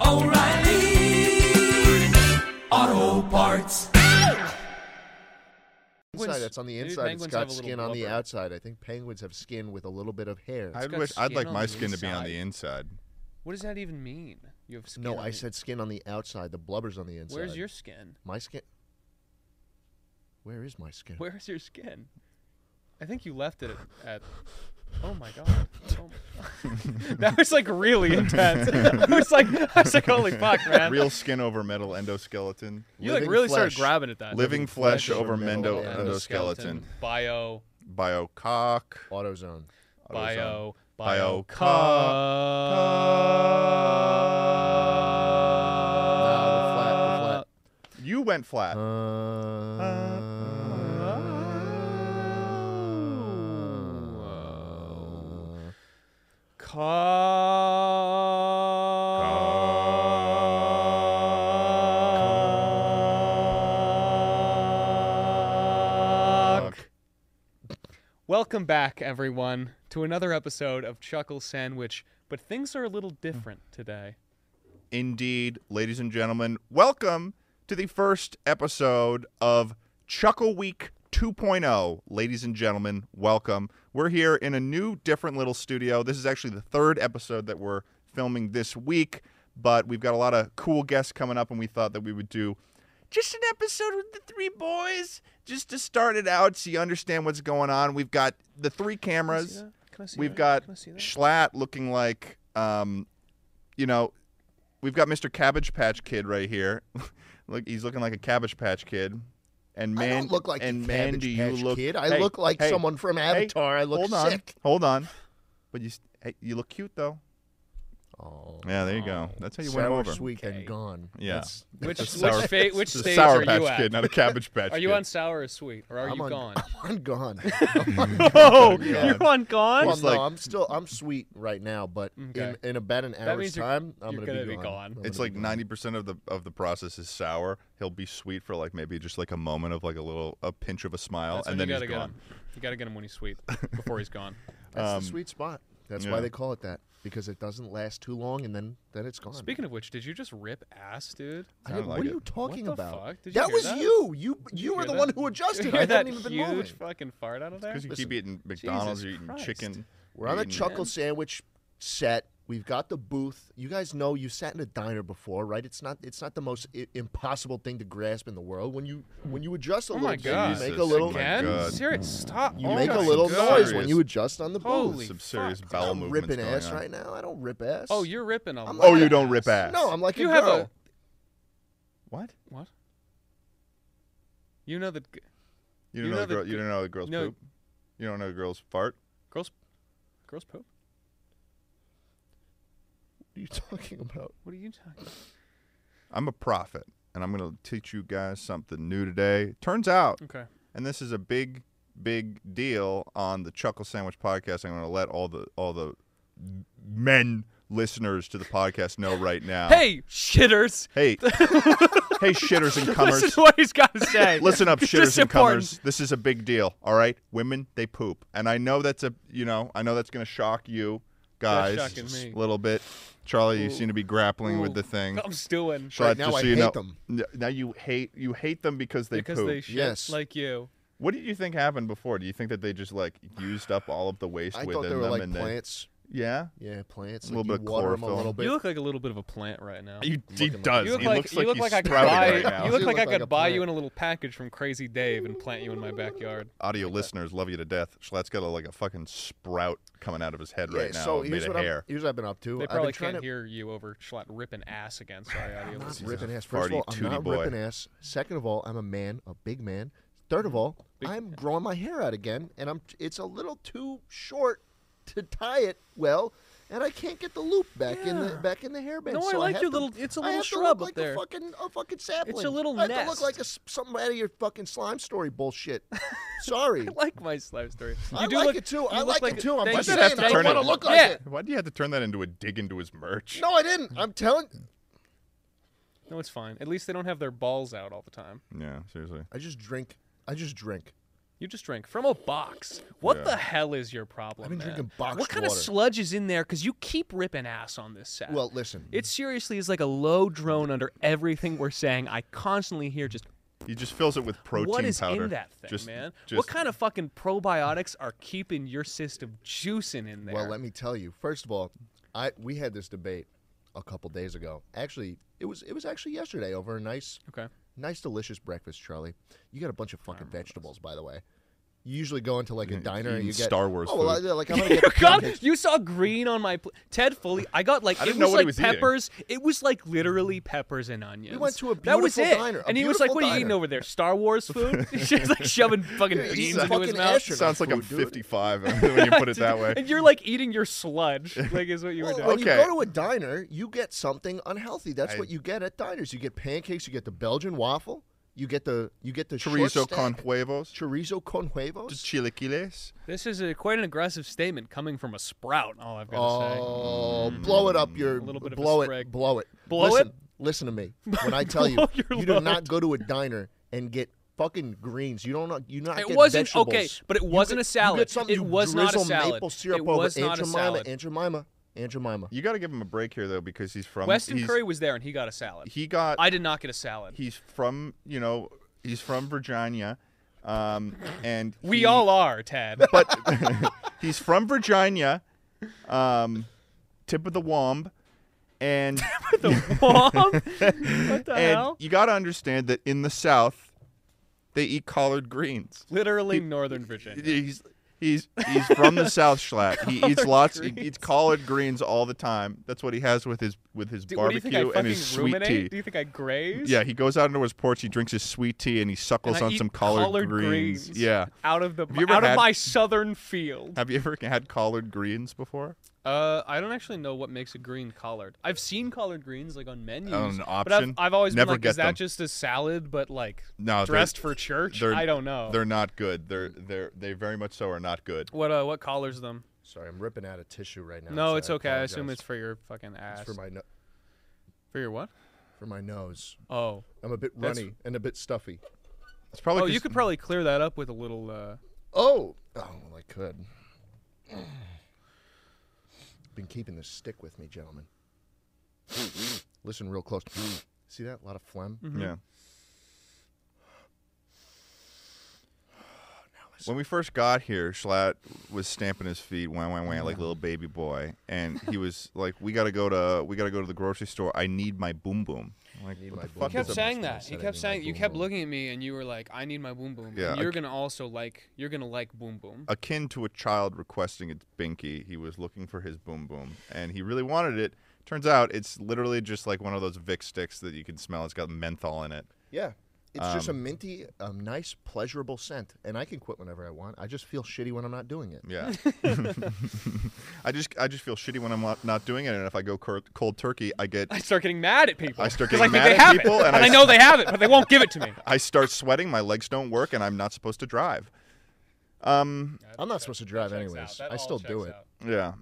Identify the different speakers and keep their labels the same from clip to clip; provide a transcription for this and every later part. Speaker 1: oh, oh, O'Reilly! Auto Parts!
Speaker 2: Inside, that's on the
Speaker 3: Dude,
Speaker 2: inside. It's
Speaker 3: penguins
Speaker 2: got
Speaker 3: have a little
Speaker 2: skin on the
Speaker 3: blubber.
Speaker 2: outside. I think penguins have skin with a little bit of hair.
Speaker 4: I
Speaker 3: got
Speaker 4: wish I'd
Speaker 3: skin
Speaker 4: like
Speaker 3: on
Speaker 4: my
Speaker 3: the
Speaker 4: skin to be on the
Speaker 3: inside.
Speaker 4: inside.
Speaker 3: What does that even mean? You have skin.
Speaker 2: no,
Speaker 3: on
Speaker 2: I
Speaker 3: the-
Speaker 2: said skin on the outside. The blubber's on the inside.
Speaker 3: Where's your skin?
Speaker 2: my skin? Where is my skin?
Speaker 3: Where's your skin? I think you left it at. at oh my god. Oh my god. that was like really intense. it was like I was like, holy fuck, man.
Speaker 4: Real skin over metal endoskeleton.
Speaker 3: you like
Speaker 2: living
Speaker 3: really started
Speaker 2: flesh.
Speaker 3: grabbing at that.
Speaker 4: Living flesh over
Speaker 2: metal
Speaker 4: mendo
Speaker 3: Endoskeleton,
Speaker 4: endoskeleton.
Speaker 3: Bio.
Speaker 4: Biocock.
Speaker 2: AutoZone. uh,
Speaker 3: Bio. Bio.
Speaker 4: Bio-
Speaker 2: No, the flat, the flat.
Speaker 4: You went flat.
Speaker 3: Oh. Cock. Welcome back, everyone, to another episode of Chuckle Sandwich. But things are a little different today.
Speaker 4: Indeed, ladies and gentlemen, welcome to the first episode of Chuckle Week 2.0. Ladies and gentlemen, welcome. We're here in a new, different little studio. This is actually the third episode that we're filming this week, but we've got a lot of cool guests coming up, and we thought that we would do just an episode with the three boys just to start it out so you understand what's going on. We've got the three cameras.
Speaker 3: Can I see
Speaker 4: We've
Speaker 3: that?
Speaker 4: got
Speaker 3: Can I see that?
Speaker 4: Schlatt looking like, um, you know, we've got Mr. Cabbage Patch Kid right here. look, he's looking like a Cabbage Patch Kid. And
Speaker 2: I
Speaker 4: man,
Speaker 2: don't look like
Speaker 4: and
Speaker 2: a
Speaker 4: man,
Speaker 2: Cabbage
Speaker 4: do you
Speaker 2: Patch
Speaker 4: look?
Speaker 2: kid. I
Speaker 4: Hey,
Speaker 2: look like
Speaker 4: hey,
Speaker 2: someone from
Speaker 4: hey,
Speaker 2: Avatar. I look
Speaker 4: hold on,
Speaker 2: sick.
Speaker 4: Hold on, but you, s- hey, you look cute though.
Speaker 2: Oh,
Speaker 4: Yeah, there you go. That's how you
Speaker 2: sour,
Speaker 4: went over.
Speaker 2: sweet, and gone.
Speaker 4: Yeah.
Speaker 2: That's-
Speaker 3: Which
Speaker 4: It's a
Speaker 3: which,
Speaker 4: sour-
Speaker 3: fa- which
Speaker 4: It's a
Speaker 3: stage
Speaker 4: Sour
Speaker 3: are
Speaker 4: Patch
Speaker 3: you at?
Speaker 4: Kid, not a Cabbage Patch.
Speaker 3: Are you
Speaker 4: Kid.
Speaker 3: on sour or sweet, or are
Speaker 2: I'm
Speaker 3: you
Speaker 2: on,
Speaker 3: gone?
Speaker 2: I'm on gone.
Speaker 3: oh,
Speaker 2: Yeah.
Speaker 3: you're on gone.
Speaker 2: Well,
Speaker 4: It's
Speaker 2: no,
Speaker 4: like-
Speaker 2: I'm still I'm sweet right now, but
Speaker 3: Okay.
Speaker 2: in, in about an hour's
Speaker 3: means you're-
Speaker 2: time, I'm
Speaker 3: you're
Speaker 2: gonna,
Speaker 3: gonna be gone.
Speaker 2: I'm gonna
Speaker 4: It's
Speaker 2: be
Speaker 4: like
Speaker 2: gone.
Speaker 4: ninety percent of the of the process is sour. He'll be sweet for like maybe just like a moment of like a little a pinch of a smile,
Speaker 3: That's
Speaker 4: and
Speaker 3: when
Speaker 4: then
Speaker 3: you gotta
Speaker 4: he's
Speaker 3: get
Speaker 4: gone.
Speaker 3: him. You gotta get him when he's sweet before he's gone.
Speaker 2: That's
Speaker 4: Um,
Speaker 2: the sweet spot. That's why
Speaker 4: yeah.
Speaker 2: they call it that because it doesn't last too long and then then it's gone.
Speaker 3: Speaking of which, did you just rip ass, dude?
Speaker 2: I
Speaker 4: Sounded
Speaker 2: didn't-
Speaker 4: like
Speaker 2: what
Speaker 4: it.
Speaker 2: are you talking
Speaker 3: the
Speaker 2: about?
Speaker 3: fuck? Did you
Speaker 2: that
Speaker 3: hear
Speaker 2: was
Speaker 3: that?
Speaker 2: you. You you were
Speaker 3: hear
Speaker 2: the
Speaker 3: that?
Speaker 2: one who
Speaker 3: Did
Speaker 2: adjusted.
Speaker 3: you hear
Speaker 2: I
Speaker 3: that
Speaker 2: haven't even been
Speaker 3: huge
Speaker 2: moving.
Speaker 3: fucking fart out of there?
Speaker 4: Because you keep eating McDonald's, you're eating
Speaker 3: Christ.
Speaker 4: chicken.
Speaker 2: We're on
Speaker 4: you're
Speaker 2: the
Speaker 4: eating-
Speaker 2: chuckle sandwich set. We've got the booth. You guys know you sat in a diner before, right? It's not it's not the most I- impossible thing to grasp in the world. When you when you adjust a
Speaker 3: Oh
Speaker 2: little
Speaker 3: my
Speaker 2: bit, you
Speaker 3: God.
Speaker 2: make a
Speaker 4: Jesus,
Speaker 2: little Mm-hmm.
Speaker 4: my
Speaker 3: Again?
Speaker 4: God.
Speaker 3: Serious? Stop.
Speaker 2: you
Speaker 3: Oh
Speaker 2: make a
Speaker 3: my
Speaker 2: little
Speaker 3: God.
Speaker 2: noise when you adjust on the booth.
Speaker 3: Holy
Speaker 4: Some
Speaker 3: fuck.
Speaker 4: serious
Speaker 3: I'm
Speaker 2: I'm
Speaker 4: bowel
Speaker 2: not
Speaker 4: movements
Speaker 2: ripping
Speaker 4: going
Speaker 2: ass
Speaker 4: on.
Speaker 2: right now. I don't rip ass.
Speaker 3: Oh, you're ripping a.
Speaker 2: I'm
Speaker 3: lot
Speaker 4: Oh,
Speaker 3: of
Speaker 4: you don't rip ass.
Speaker 2: no, I'm like
Speaker 3: You
Speaker 2: a
Speaker 3: have
Speaker 2: girl.
Speaker 3: a
Speaker 4: What?
Speaker 3: what? You know that g- You
Speaker 4: You don't
Speaker 3: know
Speaker 4: know,
Speaker 3: the
Speaker 4: the girl, you
Speaker 3: gr-
Speaker 4: don't know the girls
Speaker 3: no.
Speaker 4: poop. You don't know the girls fart.
Speaker 3: girls, girls poop.
Speaker 2: What are you talking about?
Speaker 3: What are you talking? about?
Speaker 4: I'm a prophet, and I'm gonna teach you guys something new today. Turns out,
Speaker 3: Okay.
Speaker 4: and this is a big, big deal on the Chuckle Sandwich podcast. I'm gonna let all the all the men listeners to the podcast know right now.
Speaker 3: Hey, shitters.
Speaker 4: hey, hey, shitters and
Speaker 3: Listen
Speaker 4: cummers.
Speaker 3: to what he's got to say.
Speaker 4: Listen up,
Speaker 3: It's
Speaker 4: shitters
Speaker 3: just
Speaker 4: and
Speaker 3: important.
Speaker 4: cummers. This is a big deal. All right, women, they poop, and I know that's a you know I know that's gonna shock you
Speaker 3: That's
Speaker 4: guys
Speaker 3: shocking me.
Speaker 4: a little bit. Charlie, you seem to be grappling
Speaker 3: Ooh. Oh,
Speaker 4: with the thing.
Speaker 3: I'm stewing.
Speaker 4: But
Speaker 2: Right now
Speaker 4: just
Speaker 2: I
Speaker 4: so you
Speaker 2: hate
Speaker 4: know,
Speaker 2: them.
Speaker 4: n- Now you hate you hate them because they
Speaker 3: because
Speaker 4: poop.
Speaker 3: they shit
Speaker 2: Yes.
Speaker 3: like you.
Speaker 4: what did you think happened before? Do you think that they just like used up all of the waste
Speaker 2: I
Speaker 4: within
Speaker 2: thought they were
Speaker 4: them
Speaker 2: like
Speaker 4: and
Speaker 2: plants.
Speaker 4: Then, yeah?
Speaker 2: Yeah, plants.
Speaker 4: A little
Speaker 2: like
Speaker 4: bit
Speaker 2: you
Speaker 4: of
Speaker 2: water 'em a
Speaker 4: chlorophyll.
Speaker 2: little bit.
Speaker 3: You look like a little bit of a plant right now.
Speaker 4: You, he
Speaker 2: looking like-
Speaker 4: does.
Speaker 3: You look
Speaker 4: he
Speaker 3: like,
Speaker 4: looks
Speaker 3: you
Speaker 4: like
Speaker 3: look
Speaker 4: he's
Speaker 3: like I could
Speaker 4: sprouting
Speaker 3: buy
Speaker 4: right now.
Speaker 3: you look
Speaker 2: You look
Speaker 3: like, I
Speaker 2: like
Speaker 3: could
Speaker 2: a
Speaker 3: buy
Speaker 2: plant.
Speaker 3: you in a little package from Crazy Dave and plant you in my backyard.
Speaker 4: Audio listeners love you to death. Schlatt's got a, like a fucking sprout coming out of his head
Speaker 2: yeah,
Speaker 4: right now.
Speaker 2: so
Speaker 4: made
Speaker 2: here's
Speaker 4: of
Speaker 2: what I'm,
Speaker 4: hair.
Speaker 2: here's what I've been up to.
Speaker 3: They
Speaker 2: I've
Speaker 3: probably
Speaker 2: been trying
Speaker 3: can't
Speaker 2: to
Speaker 3: hear you over Schlatt ripping ass again. Sorry, audio
Speaker 2: I'm not
Speaker 3: listeners.
Speaker 2: ripping ass. First of
Speaker 4: farty
Speaker 2: all, I'm
Speaker 4: tooty
Speaker 2: not
Speaker 4: boy.
Speaker 2: ripping ass. Second of all, I'm a man, a big man. Third of all, I'm growing my hair out again, and I'm it's a little too short to tie it well, and I can't get the loop back in the back in the hairband.
Speaker 3: No, I
Speaker 2: so
Speaker 3: like
Speaker 2: have
Speaker 3: your
Speaker 2: to-
Speaker 3: little- it's a
Speaker 2: I
Speaker 3: little
Speaker 2: have
Speaker 3: shrub
Speaker 2: to
Speaker 3: up
Speaker 2: look like
Speaker 3: there.
Speaker 2: A fucking a fucking sapling.
Speaker 3: little
Speaker 2: I have to look
Speaker 3: nest.
Speaker 2: like a s- something out of your fucking slime story bullshit. Sorry.
Speaker 3: I like my slime story. You
Speaker 2: I
Speaker 3: do
Speaker 2: like
Speaker 3: look,
Speaker 2: it too.
Speaker 3: you
Speaker 2: I
Speaker 3: look
Speaker 2: like it too. I'm
Speaker 3: thank
Speaker 2: just
Speaker 3: you.
Speaker 2: saying, I
Speaker 3: Thank
Speaker 4: don't
Speaker 3: you.
Speaker 4: wanna
Speaker 2: look like
Speaker 3: yeah.
Speaker 2: it.
Speaker 4: Why do you have to turn that into a dig into his merch?
Speaker 2: No, I didn't. I'm telling.
Speaker 3: No, it's fine. At least they don't have their balls out all the time.
Speaker 4: Yeah, seriously.
Speaker 2: I just drink. I just drink.
Speaker 3: You just drank from a box. What
Speaker 4: Yeah.
Speaker 3: the hell is your problem?
Speaker 2: I've been
Speaker 3: man?
Speaker 2: drinking boxed
Speaker 3: What kind of
Speaker 2: water.
Speaker 3: sludge is in there? Because you keep ripping ass on this set.
Speaker 2: Well, listen.
Speaker 3: it seriously is like a low drone under everything we're saying. I constantly hear just
Speaker 4: He just fills it with protein
Speaker 3: what is
Speaker 4: powder.
Speaker 3: in that thing,
Speaker 4: just,
Speaker 3: man?
Speaker 4: Just,
Speaker 3: what kind of fucking probiotics are keeping your system juicing in there?
Speaker 2: Well, let me tell you. First of all, I we had this debate a couple days ago. Actually, it was it was actually yesterday over a nice
Speaker 3: okay.
Speaker 2: nice delicious breakfast, Charlie. You got a bunch of fucking vegetables, by the way. You usually go into like a diner and
Speaker 4: eating
Speaker 2: you get
Speaker 4: Star Wars
Speaker 2: Oh, well,
Speaker 4: food.
Speaker 2: I- like I'm gonna get
Speaker 3: God, you saw green on my pl- Ted Foley. I got like
Speaker 4: I
Speaker 3: it was
Speaker 4: didn't know what he
Speaker 3: like
Speaker 4: was eating.
Speaker 3: peppers. It was like literally peppers and onions.
Speaker 2: went to a
Speaker 3: that was
Speaker 2: beautiful
Speaker 3: it.
Speaker 2: diner, a
Speaker 3: and he was like,
Speaker 2: beautiful
Speaker 3: "What are you eating
Speaker 2: diner."
Speaker 3: over there? Star Wars food?" She's like shoving fucking
Speaker 2: eating
Speaker 3: beans
Speaker 4: some
Speaker 3: into his
Speaker 2: fucking
Speaker 3: mouth.
Speaker 2: astronaut
Speaker 4: Sounds like I'm
Speaker 2: food, dude.
Speaker 4: 55 when you put it that way.
Speaker 3: And you're like eating your sludge, like is what you were
Speaker 2: Well,
Speaker 3: doing.
Speaker 2: when
Speaker 4: Okay.
Speaker 2: you go to a diner, you get something unhealthy. That's
Speaker 4: I-
Speaker 2: what you get at diners. You get pancakes. You get the Belgian waffle. You get the you get the short
Speaker 4: Chorizo
Speaker 2: stack,
Speaker 4: con huevos.
Speaker 2: chorizo con huevos.
Speaker 4: Chilaquiles.
Speaker 3: This is a, quite an aggressive statement coming from a sprout. All I've got to say.
Speaker 2: Oh, blow it up your
Speaker 3: A little bit of a
Speaker 2: blow it,
Speaker 3: sprig.
Speaker 2: blow it,
Speaker 3: Blow
Speaker 2: listen,
Speaker 3: it?
Speaker 2: Listen to me when I tell you,
Speaker 3: Blow
Speaker 2: you
Speaker 3: your
Speaker 2: do
Speaker 3: load.
Speaker 2: not go to a diner and get fucking greens. You don't you not.
Speaker 3: It
Speaker 2: get
Speaker 3: wasn't
Speaker 2: vegetables.
Speaker 3: okay, but it
Speaker 2: You
Speaker 3: wasn't
Speaker 2: get-
Speaker 3: a salad.
Speaker 2: You get something,
Speaker 3: It
Speaker 2: you
Speaker 3: was not a
Speaker 2: drizzle
Speaker 3: salad.
Speaker 2: Maple syrup
Speaker 3: It
Speaker 2: over
Speaker 3: was
Speaker 2: Aunt
Speaker 3: not a
Speaker 2: Jemima,
Speaker 3: salad.
Speaker 2: Aunt Jemima, Aunt Jemima.
Speaker 4: You got to give him a break here though because he's from
Speaker 3: Weston
Speaker 4: he's-
Speaker 3: Curry was there, and he got a salad.
Speaker 4: He got
Speaker 3: I did not get a salad.
Speaker 4: he's from, you know, he's from Virginia. Um and
Speaker 3: we
Speaker 4: he-
Speaker 3: all are, Ted.
Speaker 4: but he's from Virginia. Um tip of the womb and
Speaker 3: the mom. what the
Speaker 4: and
Speaker 3: hell?
Speaker 4: you got to understand that in the south they eat collard greens.
Speaker 3: Literally Northern Virginia.
Speaker 4: he's he's he's from the South Schlatt. He eats lots. He eats collard greens all the time. That's what he has with his with his
Speaker 3: Do, what do you
Speaker 4: barbecue
Speaker 3: think I fucking
Speaker 4: and his sweet
Speaker 3: ruminate?
Speaker 4: tea.
Speaker 3: Do you think I graze?
Speaker 4: yeah, he goes out into his porch. He drinks his sweet tea and he suckles
Speaker 3: And I
Speaker 4: on
Speaker 3: eat
Speaker 4: some collard,
Speaker 3: greens.
Speaker 4: Yeah.
Speaker 3: Out of the
Speaker 4: you ever
Speaker 3: out
Speaker 4: had-
Speaker 3: of my southern field.
Speaker 4: Have you ever had collard greens before?
Speaker 3: Uh, I don't actually know what makes a green collard. I've seen collard greens like on menus.
Speaker 4: Oh, an
Speaker 3: But I've,
Speaker 4: option?
Speaker 3: I've always
Speaker 4: Never
Speaker 3: been like,
Speaker 4: get
Speaker 3: is that
Speaker 4: them.
Speaker 3: just a salad but like
Speaker 4: No, they're-
Speaker 3: dressed for church?
Speaker 4: they're-
Speaker 3: I don't know.
Speaker 4: They're not good. They're they're they very much so are not good.
Speaker 3: What uh, what collars them?
Speaker 2: Sorry, I'm ripping out a tissue right now.
Speaker 3: No,
Speaker 2: so
Speaker 3: it's okay. I assume
Speaker 2: apologize.
Speaker 3: it's for your fucking ass.
Speaker 2: It's for my no-
Speaker 3: For your what?
Speaker 2: for my nose.
Speaker 3: Oh.
Speaker 2: I'm a bit
Speaker 3: That's-
Speaker 2: runny and a bit stuffy.
Speaker 4: It's probably
Speaker 3: Oh, you
Speaker 4: 'cause-
Speaker 3: could probably clear that up with a little. Uh,
Speaker 2: Oh, oh, well, I could. Been keeping this stick with me, gentlemen. Listen real close. See that? A lot of phlegm.
Speaker 4: yeah. When we first got here, Schlatt was stamping his feet, wah wah wah, like
Speaker 3: Mm-hmm.
Speaker 4: little baby boy, and he was like, "We gotta go to, we gotta go to the grocery store. I need my boom boom." I'm like,
Speaker 2: Need
Speaker 4: "What
Speaker 2: my
Speaker 4: the
Speaker 2: boom
Speaker 4: fuck
Speaker 3: He kept
Speaker 4: is a-
Speaker 3: saying
Speaker 2: Somebody
Speaker 3: that.
Speaker 2: said
Speaker 3: He
Speaker 2: I
Speaker 3: kept
Speaker 2: need my
Speaker 3: saying you
Speaker 2: boom
Speaker 3: kept
Speaker 2: boom.
Speaker 3: looking at me and you were like, I need my boom boom.
Speaker 4: Yeah,
Speaker 3: and
Speaker 4: I
Speaker 3: you're
Speaker 4: c-
Speaker 3: gonna also like you're gonna like boom boom.
Speaker 4: akin to a child requesting its binky. He was looking for his boom boom, and he really wanted it. Turns out, it's literally just like one of those Vic sticks that you can smell. It's got menthol in it.
Speaker 2: Yeah. It's just a minty, um, nice, pleasurable scent, and I can quit whenever I want. I just feel shitty when I'm not doing it.
Speaker 4: Yeah. I just I just feel shitty when I'm not- not doing it, and if I go cur- cold turkey, I get
Speaker 3: I start getting mad at people.
Speaker 4: I start
Speaker 3: 'cause
Speaker 4: getting
Speaker 3: think
Speaker 4: mad
Speaker 3: they
Speaker 4: at
Speaker 3: have
Speaker 4: people
Speaker 3: it,
Speaker 4: and
Speaker 3: and I
Speaker 4: I
Speaker 3: know they have it, but they won't give it to me.
Speaker 4: I start sweating, my legs don't work, and I'm not supposed to drive. Um,
Speaker 2: I'm not supposed to drive anyways. I still do it.
Speaker 4: Yeah.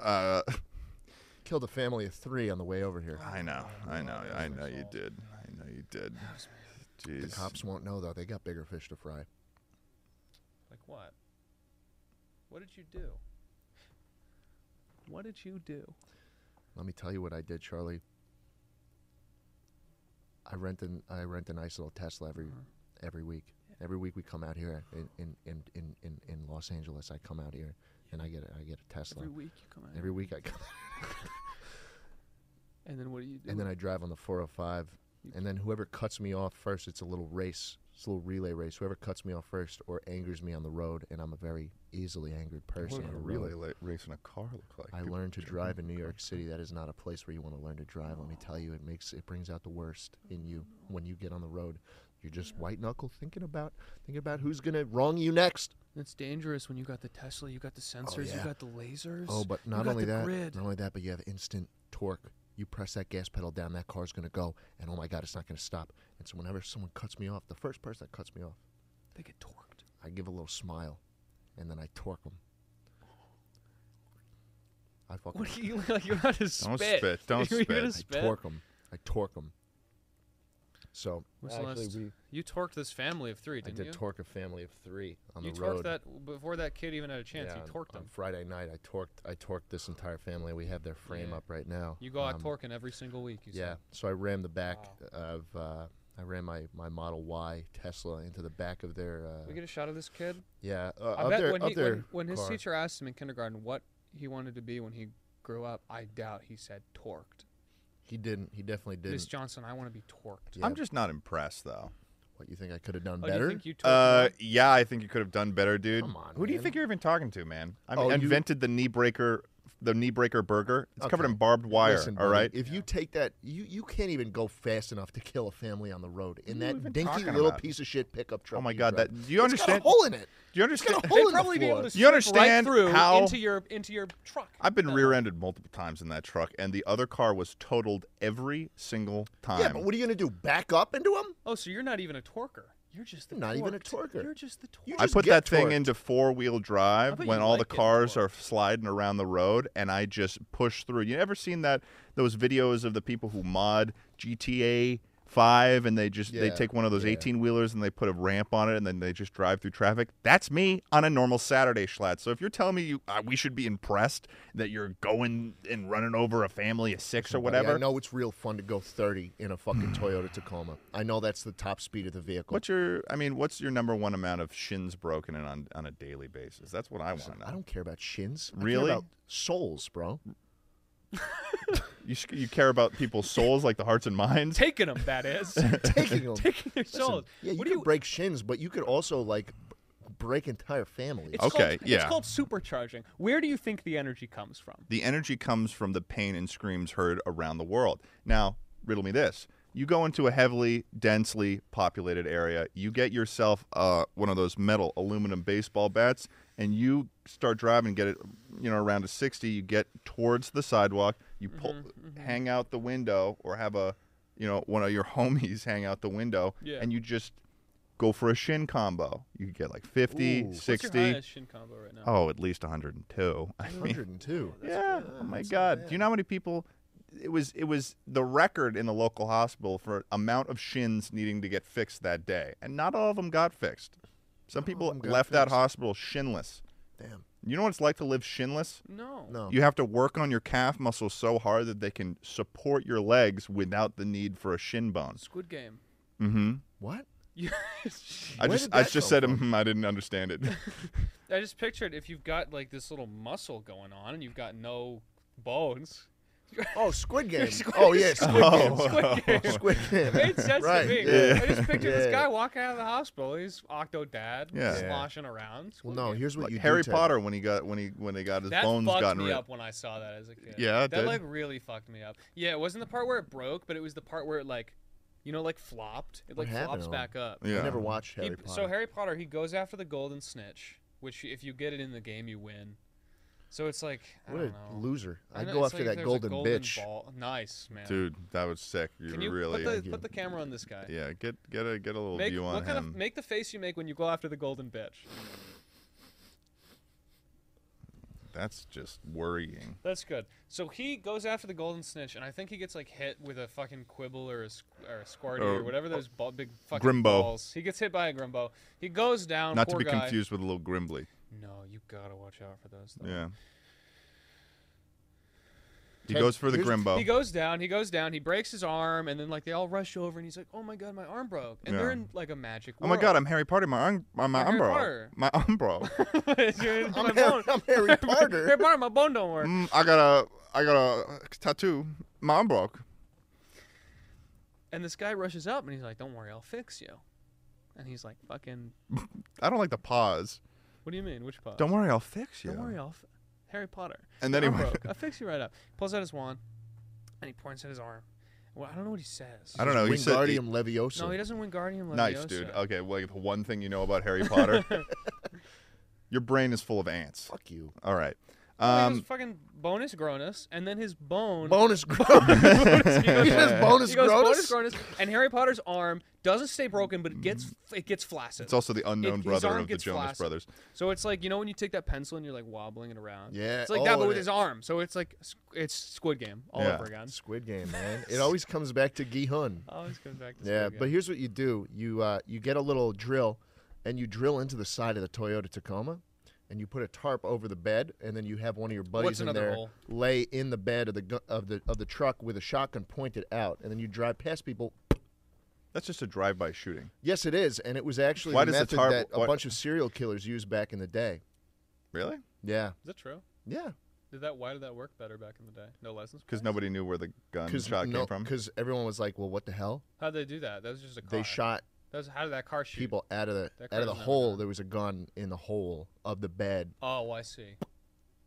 Speaker 4: Uh,
Speaker 2: Killed a family of three on the way over here.
Speaker 4: I know. I know. I know you did. I know you did.
Speaker 2: The
Speaker 4: Jeez.
Speaker 2: cops won't know though; they got bigger fish to fry.
Speaker 3: Like what? What did you do? What did you do?
Speaker 2: Let me tell you what I did, Charlie. I rent an I rent a nice little Tesla every
Speaker 3: Mm-hmm.
Speaker 2: every week. Every week we come out here in in, in, in, in, in Los Angeles. I come out here and I get a, I get a Tesla
Speaker 3: Every week you come out.
Speaker 2: Every week I come,
Speaker 3: and then what do you do?
Speaker 2: and then I drive on the 405, and then whoever cuts me off first, it's a little race, it's a little relay race. Whoever cuts me off first or angers me on the road, and I'm a very easily angered person. on the road.
Speaker 4: late race in a car look like?
Speaker 2: I learned to drive in New York City. That is not a place where you want to learn to drive. Let me tell you, it makes it brings out the worst in you when you get on the road. You're just white knuckle thinking about thinking about who's gonna wrong you next.
Speaker 3: It's dangerous when you got the Tesla, you got the sensors,
Speaker 2: yeah.
Speaker 3: you got the lasers.
Speaker 2: Oh, but
Speaker 3: you
Speaker 2: not
Speaker 3: got
Speaker 2: only
Speaker 3: the
Speaker 2: that,
Speaker 3: grid.
Speaker 2: not only that, but you have instant torque. You press that gas pedal down, that car's gonna go, and oh my god, it's not gonna stop. And so whenever someone cuts me off, the first person that cuts me off,
Speaker 3: They get torqued.
Speaker 2: I give a little smile, and then I torque them. I fucking
Speaker 3: What are you like? You're about to
Speaker 4: Don't
Speaker 3: spit.
Speaker 4: spit, don't
Speaker 3: You're gonna
Speaker 4: spit. I
Speaker 2: I
Speaker 3: spit?
Speaker 2: torque them. I torque them. So
Speaker 3: When's the
Speaker 2: actually,
Speaker 3: last-
Speaker 2: we
Speaker 3: You torqued this family of three,
Speaker 2: I
Speaker 3: didn't
Speaker 2: did
Speaker 3: you?
Speaker 2: torque a family of three on
Speaker 3: you
Speaker 2: the
Speaker 3: torqued
Speaker 2: road.
Speaker 3: that before that kid even had a chance.
Speaker 2: Yeah,
Speaker 3: you
Speaker 2: on-
Speaker 3: torqued
Speaker 2: on
Speaker 3: them.
Speaker 2: Friday night. I torqued. I torqued this entire family. We have their frame
Speaker 3: Yeah.
Speaker 2: up right now.
Speaker 3: You go out
Speaker 2: Um,
Speaker 3: torquing every single week. You
Speaker 2: Yeah. So I rammed the back of. Uh, I ran my, my Model Y Tesla into the back of their.
Speaker 3: Said.
Speaker 2: Uh,
Speaker 3: We get a shot of this kid.
Speaker 2: yeah. Uh,
Speaker 3: I
Speaker 2: of
Speaker 3: bet
Speaker 2: their,
Speaker 3: when,
Speaker 2: of
Speaker 3: he,
Speaker 2: their
Speaker 3: when, when his
Speaker 2: car.
Speaker 3: teacher asked him in kindergarten what he wanted to be when he grew up, I doubt he said torqued.
Speaker 2: He didn't. He definitely didn't.
Speaker 3: Miss Johnson, I want to be torqued.
Speaker 2: Yeah.
Speaker 4: I'm just not impressed though.
Speaker 2: what you think I could have done
Speaker 3: Oh, do
Speaker 2: better?
Speaker 3: you think you torqued
Speaker 4: Uh,
Speaker 3: him?
Speaker 4: yeah, I think you could have done better, dude.
Speaker 2: Come on,
Speaker 4: Who do you
Speaker 2: man.
Speaker 4: think you're even talking to, man? I
Speaker 2: Oh,
Speaker 4: mean,
Speaker 2: you-
Speaker 4: invented the knee breaker, the knee breaker burger. It's covered
Speaker 2: Okay.
Speaker 4: in barbed wire.
Speaker 2: Listen,
Speaker 4: all
Speaker 2: buddy,
Speaker 4: right.
Speaker 2: If you take that, you, you can't even go fast enough to kill a family on the road in
Speaker 4: What are you
Speaker 2: that
Speaker 4: even
Speaker 2: dinky
Speaker 4: talking
Speaker 2: little
Speaker 4: about?
Speaker 2: piece of shit pickup truck.
Speaker 4: oh my
Speaker 2: you
Speaker 4: god,
Speaker 2: drive.
Speaker 4: that do you
Speaker 2: It's got
Speaker 4: understand?
Speaker 2: a hole in it.
Speaker 4: Do you understand?
Speaker 2: hole in
Speaker 3: They'd
Speaker 2: the
Speaker 3: probably be able
Speaker 2: floor.
Speaker 3: to
Speaker 2: You
Speaker 3: sweep right
Speaker 4: understand
Speaker 3: through
Speaker 4: how-
Speaker 3: into your into your truck.
Speaker 4: I've been
Speaker 3: Yeah.
Speaker 4: rear-ended multiple times in that truck, and the other car was totaled every single time.
Speaker 2: Yeah, but what are you gonna do? Back up into him?
Speaker 3: Oh, so you're not even a torquer. You're just the
Speaker 2: I'm not even a
Speaker 3: torqued.
Speaker 2: torquer.
Speaker 3: You're just the
Speaker 2: You
Speaker 3: torquer.
Speaker 4: I
Speaker 2: just
Speaker 4: put
Speaker 2: get
Speaker 4: that thing
Speaker 2: torqued.
Speaker 4: into four-wheel drive
Speaker 3: bet
Speaker 4: when
Speaker 3: you
Speaker 4: all the
Speaker 3: like getting
Speaker 4: cars
Speaker 3: torqued.
Speaker 4: are sliding around the road, and I just push through. You ever seen that those videos of the people who mod GTA Five, and they just they
Speaker 2: Yeah,
Speaker 4: take one of those
Speaker 2: yeah.
Speaker 4: eighteen-wheelers and they put a ramp on it, and then they just drive through traffic. That's me on a normal Saturday, Schlatt. So if you're telling me you uh, we should be impressed that you're going and running over a family of six or
Speaker 2: Buddy, I
Speaker 4: whatever,
Speaker 2: know it's real fun to go 30 in a fucking Toyota Tacoma. I know that's the top speed of the vehicle.
Speaker 4: What's your? I mean, what's your number one amount of shins broken in on on a daily basis? That's what I want to know.
Speaker 2: I don't care about shins. I care
Speaker 4: Really?
Speaker 2: about souls, bro.
Speaker 4: You s- you care about people's souls like the hearts and minds.
Speaker 3: taking them. That is
Speaker 2: Taking them.
Speaker 3: taking their
Speaker 2: Listen,
Speaker 3: souls.
Speaker 2: Yeah, you
Speaker 3: what
Speaker 2: could
Speaker 3: do you?
Speaker 2: break shins, but you could also like b- break entire families.
Speaker 3: it's
Speaker 4: Okay,
Speaker 3: Called, It's
Speaker 4: yeah.
Speaker 3: called supercharging. Where do you think the energy comes from?
Speaker 4: The energy comes from the pain and screams heard around the world. Now, riddle me this: you go into a heavily, densely populated area, you get yourself uh, one of those metal aluminum baseball bats, and you start driving, get it, you know, around to sixty. You get towards the sidewalk, you pull,
Speaker 3: Mm-hmm,
Speaker 4: hang out the window, or have a, you know, one of your homies hang out the window,
Speaker 3: Yeah.
Speaker 4: and you just go for a shin combo. You get like 50,
Speaker 3: What's
Speaker 4: 60.
Speaker 3: your highest shin combo right now?
Speaker 4: Oh, at least 102. I mean,
Speaker 2: 102.
Speaker 4: yeah. Oh my God. Do you know how many people? It was it was the record in the local hospital for amount of shins needing to get fixed that day, and not all of them got fixed. Some people
Speaker 2: them got
Speaker 4: left that
Speaker 2: fixed.
Speaker 4: hospital shinless.
Speaker 2: Damn. Um.
Speaker 4: You know what it's like to live shinless?
Speaker 3: No.
Speaker 2: No.
Speaker 4: You have to work on your calf muscles so hard that they can support your legs without the need for a shin bone.
Speaker 3: Squid Game.
Speaker 4: Mm-hmm.
Speaker 2: what?
Speaker 3: You-
Speaker 4: I
Speaker 2: Where
Speaker 4: just
Speaker 2: did
Speaker 4: I
Speaker 2: that come
Speaker 4: just said
Speaker 2: from?
Speaker 4: mm, I didn't understand it.
Speaker 3: I just pictured if you've got like this little muscle going on and you've got no bones.
Speaker 2: Oh, Squid Game. oh yeah, Squid Game.
Speaker 3: Squid Game.
Speaker 2: Squid Game.
Speaker 3: Made sense
Speaker 2: right.
Speaker 3: to me.
Speaker 2: Yeah.
Speaker 3: I just pictured this
Speaker 2: Yeah.
Speaker 3: guy walking out of the hospital. He's octodad,
Speaker 4: Yeah. Yeah.
Speaker 3: sloshing around.
Speaker 2: Well, no. Here's what
Speaker 4: like
Speaker 2: you do,
Speaker 4: Harry
Speaker 2: Ted.
Speaker 4: Potter when he got when he when they got his
Speaker 3: That
Speaker 4: bones
Speaker 3: fucked
Speaker 4: gotten
Speaker 3: me
Speaker 4: rid.
Speaker 3: up when I saw that as a kid.
Speaker 4: Yeah, it
Speaker 3: that
Speaker 4: did.
Speaker 3: like really fucked me up. Yeah, it wasn't the part where it broke, but it was the part where it like, you know, like flopped. It
Speaker 2: What
Speaker 3: like
Speaker 2: happened
Speaker 3: flops
Speaker 2: to him?
Speaker 3: back up.
Speaker 4: Yeah.
Speaker 2: I never watched
Speaker 3: He-
Speaker 2: Harry Potter.
Speaker 3: So Harry Potter, he goes after the golden snitch, which if you get it in the game, you win. So it's like I
Speaker 2: what a
Speaker 3: don't know.
Speaker 2: loser!
Speaker 3: I
Speaker 2: I
Speaker 3: know,
Speaker 2: go
Speaker 3: it's
Speaker 2: after
Speaker 3: like
Speaker 2: that
Speaker 3: there's a
Speaker 2: golden, bitch.
Speaker 3: Ball. Nice man.
Speaker 4: Dude, that was sick. You,
Speaker 3: Can you
Speaker 4: really
Speaker 3: put the, put the camera on this guy?
Speaker 4: Yeah, get get a get a little
Speaker 3: Make,
Speaker 4: view
Speaker 3: what
Speaker 4: on
Speaker 3: kind
Speaker 4: him.
Speaker 3: of make the face you make when you go after the golden bitch?
Speaker 4: That's just worrying.
Speaker 3: That's good. So he goes after the golden snitch, and I think he gets like hit with a fucking quibble or a, squ- or a squirty
Speaker 4: Or-
Speaker 3: or whatever those ball, big fucking
Speaker 4: Oh, Grimbo.
Speaker 3: balls. He gets hit by a grimbo. He goes down.
Speaker 4: Not to
Speaker 3: Oh, poor
Speaker 4: be
Speaker 3: guy.
Speaker 4: confused with a little Grimbly.
Speaker 3: No, you gotta watch out for those. Though.
Speaker 4: Yeah. He
Speaker 2: Ted,
Speaker 4: goes for the
Speaker 2: here's-
Speaker 4: Grimbo.
Speaker 3: He goes down. He goes down. He breaks his arm, and then like they all rush over, and he's like, "Oh my god, my arm broke!" And they're
Speaker 4: Yeah.
Speaker 3: in like a magic.
Speaker 4: oh my God, I'm Harry Potter. My un- my, my
Speaker 3: You're Harry
Speaker 4: umbro.
Speaker 3: Potter.
Speaker 4: My umbro.
Speaker 3: I'm,
Speaker 2: I'm Harry, I'm Harry Potter.
Speaker 3: my bone don't work.
Speaker 4: mm, I got a I got a tattoo. My umbro.
Speaker 3: And this guy rushes up, and he's like, "Don't worry, I'll fix you." And he's like, "Fucking,
Speaker 4: I don't like the pause.
Speaker 3: what do you mean? Which part?"
Speaker 4: Don't worry, I'll fix you.
Speaker 3: Don't worry, I'll f- Harry Potter.
Speaker 4: And then he
Speaker 3: I'm
Speaker 4: went-
Speaker 3: broke. I'll fix you right up. Pulls out his wand, and he points at his arm. Well, I don't know what he says.
Speaker 4: I don't know. He said,
Speaker 2: Wingardium Leviosa.
Speaker 3: No, he doesn't win Guardian Leviosa.
Speaker 4: nice, dude. Uh, Okay, well, like the one thing you know about Harry Potter, your brain is full of ants.
Speaker 2: Fuck you.
Speaker 4: All right.
Speaker 3: Well, he
Speaker 4: Um,
Speaker 3: goes fucking bonus Gronus, and then his bone.
Speaker 2: Bonus Gronus.
Speaker 3: bonus, he goes,
Speaker 2: He says bonus
Speaker 3: he goes,
Speaker 2: Gronus.
Speaker 3: bonus Gronus, and Harry Potter's arm doesn't stay broken, but it gets it gets flaccid.
Speaker 4: Mm-hmm. it's also the
Speaker 3: It-
Speaker 4: unknown
Speaker 3: his
Speaker 4: brother
Speaker 3: arm
Speaker 4: of the
Speaker 3: gets
Speaker 4: Jonas
Speaker 3: flaccid.
Speaker 4: Brothers.
Speaker 3: So it's like you know when you take that pencil and you're like wobbling it around.
Speaker 2: Yeah,
Speaker 3: It's like that,
Speaker 2: oh,
Speaker 3: but
Speaker 2: it
Speaker 3: with
Speaker 2: is.
Speaker 3: his arm. So it's like s- it's Squid Game all
Speaker 4: Yeah.
Speaker 3: over again.
Speaker 2: Squid Game, man. It always comes back to Gihun.
Speaker 3: Always comes back to
Speaker 2: Yeah,
Speaker 3: Squid
Speaker 2: but
Speaker 3: Game.
Speaker 2: here's what you do: you uh, you get a little drill, and you drill into the side of the Toyota Tacoma, and you put a tarp over the bed, and then you have one of your buddies
Speaker 3: What's
Speaker 2: in
Speaker 3: another
Speaker 2: there
Speaker 3: hole?
Speaker 2: lay in the bed of the gu- of the of the truck with a shotgun pointed out, and then you drive past people.
Speaker 4: That's just a drive-by shooting.
Speaker 2: Yes, it is, and it was actually
Speaker 4: Why
Speaker 2: the
Speaker 4: does
Speaker 2: method
Speaker 4: the tarp-
Speaker 2: that a
Speaker 4: why-
Speaker 2: bunch of serial killers used back in the day.
Speaker 4: Really?
Speaker 2: Yeah,
Speaker 3: is that true?
Speaker 2: yeah,
Speaker 3: Did that? Why did that work better back in the day? No lessons.
Speaker 4: Because nobody knew where the gun
Speaker 2: because
Speaker 4: shot came from.
Speaker 2: because everyone was like, "Well, what the hell?"
Speaker 3: How did they do that? That was just a car.
Speaker 2: They shot
Speaker 3: That was, how did that car shoot?
Speaker 2: people out of the
Speaker 3: That
Speaker 2: out of the
Speaker 3: car's never
Speaker 2: hole.
Speaker 3: gone.
Speaker 2: There was a gun in the hole of the bed.
Speaker 3: Oh, I see.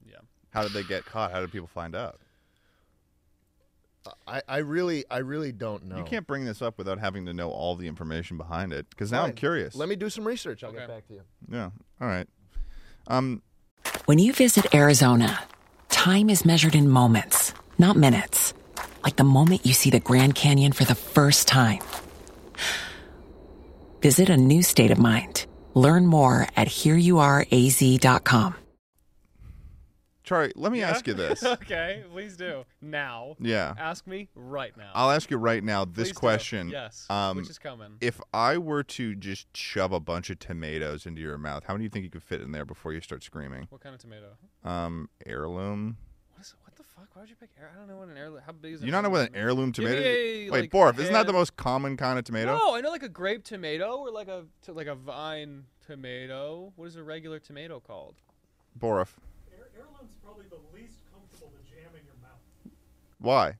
Speaker 3: Yeah.
Speaker 4: How did they get caught? How did people find out?
Speaker 2: I, I really I really don't know.
Speaker 4: You can't bring this up without having to know all the information behind it. Because now I'm
Speaker 2: Fine.
Speaker 4: curious.
Speaker 2: Let me do some research. I'll get
Speaker 3: Okay.
Speaker 2: back to you.
Speaker 4: Yeah. All right. Um.
Speaker 5: When you visit Arizona, time is measured in moments, not minutes. Like the moment you see the Grand Canyon for the first time. Visit a new state of mind. Learn more at hereyouareaz.com.
Speaker 4: Charlie, let me ask you this.
Speaker 3: okay, please do now.
Speaker 4: Yeah.
Speaker 3: Ask me right now.
Speaker 4: I'll ask you right now this
Speaker 3: Please do.
Speaker 4: question.
Speaker 3: Yes.
Speaker 4: Um,
Speaker 3: which is coming.
Speaker 4: if I were to just shove a bunch of tomatoes into your mouth, how many do you think you could fit in there before you start screaming?
Speaker 3: what kind of tomato?
Speaker 4: Um, heirloom.
Speaker 3: What is? What the fuck? Why would you pick? Air, I don't know what an heirloom. How big is?
Speaker 4: You don't know what an heirloom
Speaker 3: Yeah, yeah,
Speaker 4: tomato?
Speaker 3: yeah, yeah, yeah,
Speaker 4: Wait,
Speaker 3: like
Speaker 4: Borf, isn't that the
Speaker 3: hand-
Speaker 4: most common kind of tomato?
Speaker 3: No, I know like a grape tomato or like a to, like a vine tomato. What is a regular tomato called?
Speaker 4: Borf,
Speaker 6: Air- Heirloom's probably the least comfortable to jam in your mouth
Speaker 4: why?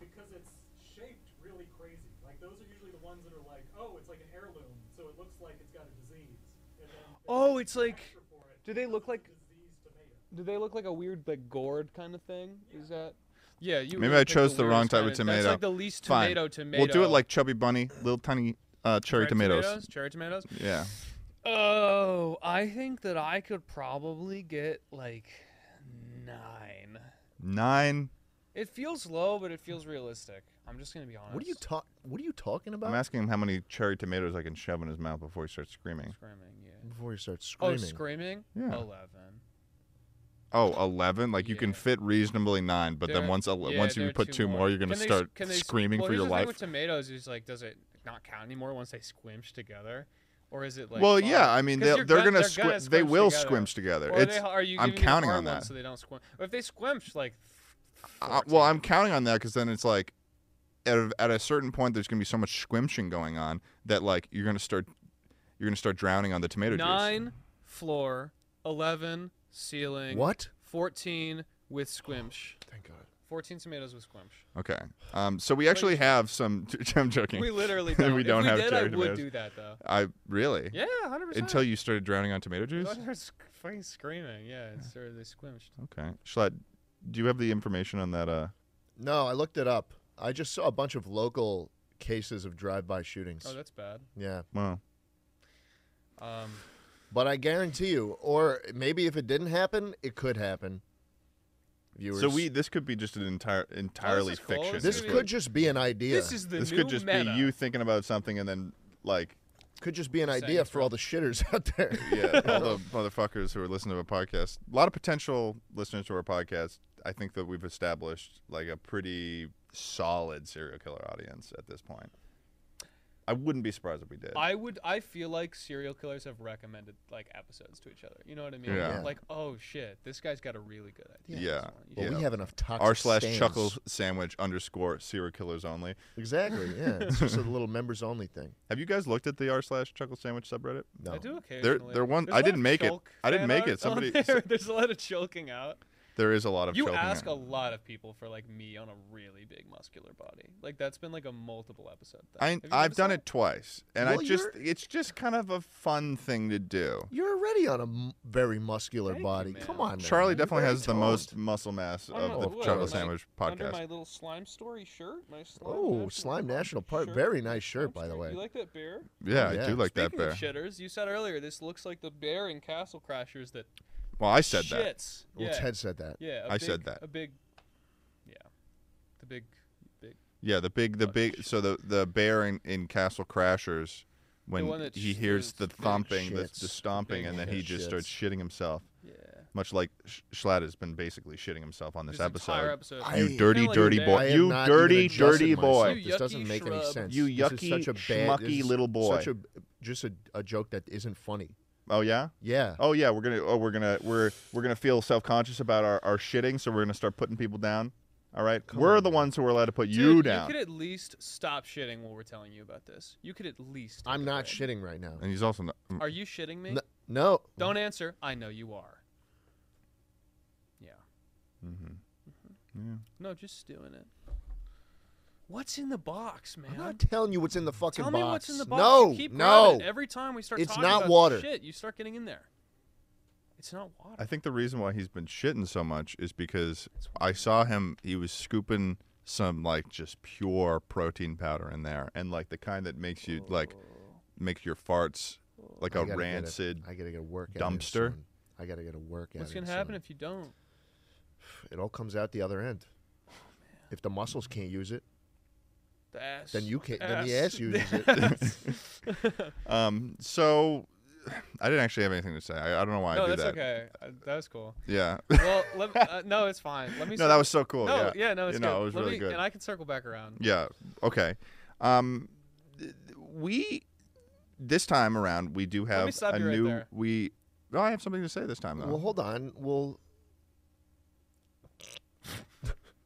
Speaker 6: because it's shaped really crazy. Like those are usually the ones that are like, oh, it's like an heirloom, so it looks like it's got a disease. And then
Speaker 3: Oh, it's like.
Speaker 6: for it,
Speaker 3: Do they look like?
Speaker 6: disease tomato.
Speaker 3: Do they look like a weird like gourd kind of thing? Is that? Yeah, you.
Speaker 4: Maybe
Speaker 3: you
Speaker 4: I
Speaker 3: picked
Speaker 4: chose the, wrong
Speaker 3: weirdest
Speaker 4: type
Speaker 3: kind
Speaker 4: of tomato.
Speaker 3: That's like the least
Speaker 4: Fine.
Speaker 3: tomato tomato.
Speaker 4: We'll do it like chubby bunny, little tiny uh, cherry
Speaker 3: Red
Speaker 4: tomatoes.
Speaker 3: Cherry tomatoes.
Speaker 4: Yeah.
Speaker 3: Oh, I think that I could probably get like nine.
Speaker 4: Nine.
Speaker 3: It feels low, but it feels realistic. I'm just gonna be honest.
Speaker 2: What are you talk What are you talking about?
Speaker 4: I'm asking him how many cherry tomatoes I can shove in his mouth before he starts screaming.
Speaker 3: screaming? Yeah.
Speaker 2: Before you start
Speaker 3: Oh,
Speaker 2: screaming.
Speaker 3: screaming.
Speaker 4: Yeah.
Speaker 3: Eleven.
Speaker 4: Oh, 11? Like you can
Speaker 3: Yeah.
Speaker 4: fit reasonably nine, but then
Speaker 3: There-
Speaker 4: once ele-
Speaker 3: yeah,
Speaker 4: once you
Speaker 3: there are
Speaker 4: put two more, you're going to
Speaker 3: Can they s-
Speaker 4: start
Speaker 3: can they s-
Speaker 4: screaming
Speaker 3: well,
Speaker 4: for
Speaker 3: here's
Speaker 4: your
Speaker 3: the thing
Speaker 4: life.
Speaker 3: With tomatoes, is like, does it not count anymore once they squimsh together, or is it like?
Speaker 4: well,
Speaker 3: fine?
Speaker 4: yeah, I mean
Speaker 3: 'Cause
Speaker 4: they'll-
Speaker 3: you're
Speaker 4: they're,
Speaker 3: gon-
Speaker 4: gonna,
Speaker 3: they're
Speaker 4: squi- they will
Speaker 3: together.
Speaker 4: squimsh together.
Speaker 3: Or are
Speaker 4: It's
Speaker 3: they- are you
Speaker 4: I'm
Speaker 3: giving them
Speaker 4: counting
Speaker 3: hard
Speaker 4: on
Speaker 3: ones
Speaker 4: that.
Speaker 3: So they don't squim. Or if they squimsh, like.
Speaker 4: Uh, well, I'm
Speaker 3: 14.
Speaker 4: counting on that because then it's like at a, at a certain point there's going to be so much squimshing going on that like you're going to start you're going to start drowning on the tomato juice.
Speaker 3: nine floor, eleven ceiling.
Speaker 2: What?
Speaker 3: Fourteen with squimsh.
Speaker 4: Oh,
Speaker 2: Thank God.
Speaker 3: Fourteen tomatoes with squimsh.
Speaker 4: Okay. Um, so we actually have some. I'm joking.
Speaker 3: We literally
Speaker 4: We
Speaker 3: don't.
Speaker 4: don't
Speaker 3: if
Speaker 4: have
Speaker 3: we did, I
Speaker 4: cherry
Speaker 3: would
Speaker 4: tomatoes.
Speaker 3: do that though.
Speaker 4: I really
Speaker 3: Yeah, hundred percent.
Speaker 4: until you started drowning on tomato juice.
Speaker 3: fucking screaming. Yeah, it's sort of they squimshed.
Speaker 4: Okay. Schlatt, do you have the information on that? Uh,
Speaker 2: No, I looked it up. I just saw a bunch of local cases of drive-by shootings.
Speaker 3: Oh, that's bad.
Speaker 2: yeah,
Speaker 4: well,
Speaker 3: Um,
Speaker 2: but I guarantee you, or maybe if it didn't happen, it could happen. Viewers,
Speaker 4: so we this could be just an entire entirely
Speaker 3: Oh, cool.
Speaker 4: fiction.
Speaker 3: This
Speaker 2: this
Speaker 4: is
Speaker 3: gonna
Speaker 4: what-
Speaker 3: be-
Speaker 2: could just be an idea.
Speaker 3: This is the
Speaker 4: this
Speaker 3: new
Speaker 4: could just
Speaker 3: meta.
Speaker 4: be you thinking about something and then like
Speaker 2: could just be an
Speaker 3: saying
Speaker 2: idea
Speaker 3: it's
Speaker 2: for all the shitters out there.
Speaker 4: yeah, all the motherfuckers who are listening to a podcast. A lot of potential listeners to our podcast. I think that we've established like a pretty solid serial killer audience at this point. I wouldn't be surprised if we did.
Speaker 3: I would. I feel like serial killers have recommended like episodes to each other. You know what I mean?
Speaker 4: Yeah. Yeah.
Speaker 3: Like, oh shit, this guy's got a really good idea.
Speaker 4: Yeah.
Speaker 3: This one. You
Speaker 2: Well,
Speaker 3: should-
Speaker 4: Yeah.
Speaker 2: we have enough toxic
Speaker 4: R slash
Speaker 2: stains.
Speaker 4: chuckle sandwich underscore serial killers only.
Speaker 2: Exactly. Yeah, it's just a little members only thing.
Speaker 4: Have you guys looked at the R slash chuckle sandwich subreddit?
Speaker 2: No.
Speaker 3: I do occasionally.
Speaker 4: there one-
Speaker 3: There's a
Speaker 4: I
Speaker 3: lot
Speaker 4: didn't
Speaker 3: of
Speaker 4: make it.
Speaker 3: Shulk
Speaker 4: I
Speaker 3: fan
Speaker 4: didn't make
Speaker 3: art
Speaker 4: it. Somebody-
Speaker 3: on there. There's a lot of choking out.
Speaker 4: There is a lot of
Speaker 3: You
Speaker 4: choking
Speaker 3: ask
Speaker 4: out.
Speaker 3: a lot of people for like me on a really big muscular body. Like that's been like a multiple episode thing.
Speaker 4: I,
Speaker 3: Have you
Speaker 4: I've
Speaker 3: noticed
Speaker 4: done
Speaker 3: that?
Speaker 4: it twice, and I
Speaker 2: Well,
Speaker 4: just
Speaker 2: you're-
Speaker 4: it's just kind of a fun thing to do.
Speaker 2: You're already on a m- very muscular
Speaker 3: Thank you,
Speaker 2: body.
Speaker 3: man.
Speaker 2: Come on, man.
Speaker 4: Charlie
Speaker 2: You're
Speaker 4: definitely
Speaker 2: very
Speaker 4: has the
Speaker 2: toned.
Speaker 4: most muscle mass
Speaker 3: Under
Speaker 4: of the
Speaker 3: my-
Speaker 4: Chocolate
Speaker 3: under
Speaker 4: Sandwich
Speaker 3: my,
Speaker 4: podcast.
Speaker 3: Under my little slime story shirt, my slime.
Speaker 2: Oh,
Speaker 3: National
Speaker 2: Slime
Speaker 3: Park
Speaker 2: National Park.
Speaker 3: shirt.
Speaker 2: Very nice shirt,
Speaker 3: Slime
Speaker 2: by the
Speaker 3: Story.
Speaker 2: way.
Speaker 3: You like that bear?
Speaker 4: yeah, I
Speaker 2: Yeah.
Speaker 4: do like
Speaker 3: Speaking
Speaker 4: that
Speaker 3: of
Speaker 4: bear.
Speaker 3: shitters, you said earlier this looks like the bear in Castle Crashers that
Speaker 4: Well, I said that.
Speaker 3: shits.
Speaker 2: Well,
Speaker 3: yeah,
Speaker 2: Ted said that.
Speaker 3: yeah. a
Speaker 4: I said
Speaker 3: big-
Speaker 4: that.
Speaker 3: A big, yeah, the big, big.
Speaker 4: Yeah, the big, the big. So the the bear in, in Castle Crashers, when
Speaker 3: The one that
Speaker 4: he
Speaker 3: sh-
Speaker 4: hears the
Speaker 3: the big
Speaker 4: thumping, the,
Speaker 2: shits.
Speaker 4: the stomping,
Speaker 3: Big
Speaker 4: and then he
Speaker 2: shits.
Speaker 4: just starts shitting himself,
Speaker 3: Yeah.
Speaker 4: much like Sh- Schlatt has been basically shitting himself on this,
Speaker 3: Entire
Speaker 4: episode.
Speaker 3: episode.
Speaker 2: I-
Speaker 4: You dirty,
Speaker 3: Feeling
Speaker 4: dirty
Speaker 3: bad.
Speaker 4: boy!
Speaker 2: I am
Speaker 4: You
Speaker 2: not
Speaker 4: dirty,
Speaker 2: even adjusting
Speaker 4: dirty boy!
Speaker 2: myself. This
Speaker 3: You
Speaker 2: doesn't
Speaker 3: yucky
Speaker 2: make any
Speaker 3: shrub.
Speaker 2: sense.
Speaker 4: You
Speaker 2: This
Speaker 4: yucky,
Speaker 2: is such a bad, this
Speaker 4: schmucky
Speaker 2: is
Speaker 4: little boy.
Speaker 2: Such a just a, a joke that isn't funny.
Speaker 4: Oh yeah.
Speaker 2: Yeah.
Speaker 4: Oh yeah, we're gonna oh we're gonna we're we're gonna feel self conscious about our, our shitting, so we're gonna start putting people down. All right, we're the ones who are allowed to put you
Speaker 3: Dude,
Speaker 4: down.
Speaker 3: You could at least stop shitting while we're telling you about this. You could at least.
Speaker 2: I'm
Speaker 3: do
Speaker 2: not
Speaker 3: it.
Speaker 2: shitting right now.
Speaker 4: and he's also not. mm.
Speaker 3: Are you shitting me?
Speaker 2: No. no.
Speaker 3: Don't answer. I know you are. Yeah. Mm-hmm. No, just doing it. What's in the box, man?
Speaker 2: I'm not telling you what's in the fucking
Speaker 3: Tell
Speaker 2: box.
Speaker 3: me what's in the box.
Speaker 2: No.
Speaker 3: You keep
Speaker 2: no.
Speaker 3: grabbing it. Every time we start
Speaker 2: It's
Speaker 3: talking
Speaker 2: not
Speaker 3: about
Speaker 2: water.
Speaker 3: shit, you start getting in there. It's not water.
Speaker 4: I think the reason why he's been shitting so much is because I saw him. He was scooping some like just pure protein powder in there, and like the kind that makes you like makes your farts like
Speaker 2: Oh. I gotta
Speaker 4: a
Speaker 2: get
Speaker 4: rancid.
Speaker 2: I gotta get a work at it
Speaker 4: dumpster.
Speaker 2: soon. I gotta get a work at
Speaker 3: What's
Speaker 2: it
Speaker 3: gonna happen
Speaker 2: soon.
Speaker 3: if you don't?
Speaker 2: it all comes out the other end?
Speaker 3: Oh,
Speaker 2: If the muscles can't use it,
Speaker 3: The ass.
Speaker 2: then you can't. Then the ass uses it.
Speaker 4: Um, so I didn't actually have anything to say. I, I don't know why I
Speaker 3: no,
Speaker 4: do
Speaker 3: that's
Speaker 4: that.
Speaker 3: okay. Uh, That was cool.
Speaker 4: Yeah.
Speaker 3: Well, let, uh, no, it's fine. Let me.
Speaker 4: No, that was so cool.
Speaker 3: No,
Speaker 4: yeah.
Speaker 3: no, it's
Speaker 4: You know,
Speaker 3: good.
Speaker 4: it was
Speaker 3: Let
Speaker 4: really
Speaker 3: me-
Speaker 4: good.
Speaker 3: And I can circle back around.
Speaker 4: Yeah. Okay. Um, th- we this time around we do
Speaker 3: me
Speaker 4: have
Speaker 3: stop
Speaker 4: a
Speaker 3: you right
Speaker 4: new
Speaker 3: there.
Speaker 4: we. Oh, I have something to say this time though.
Speaker 2: Well, hold on. Well,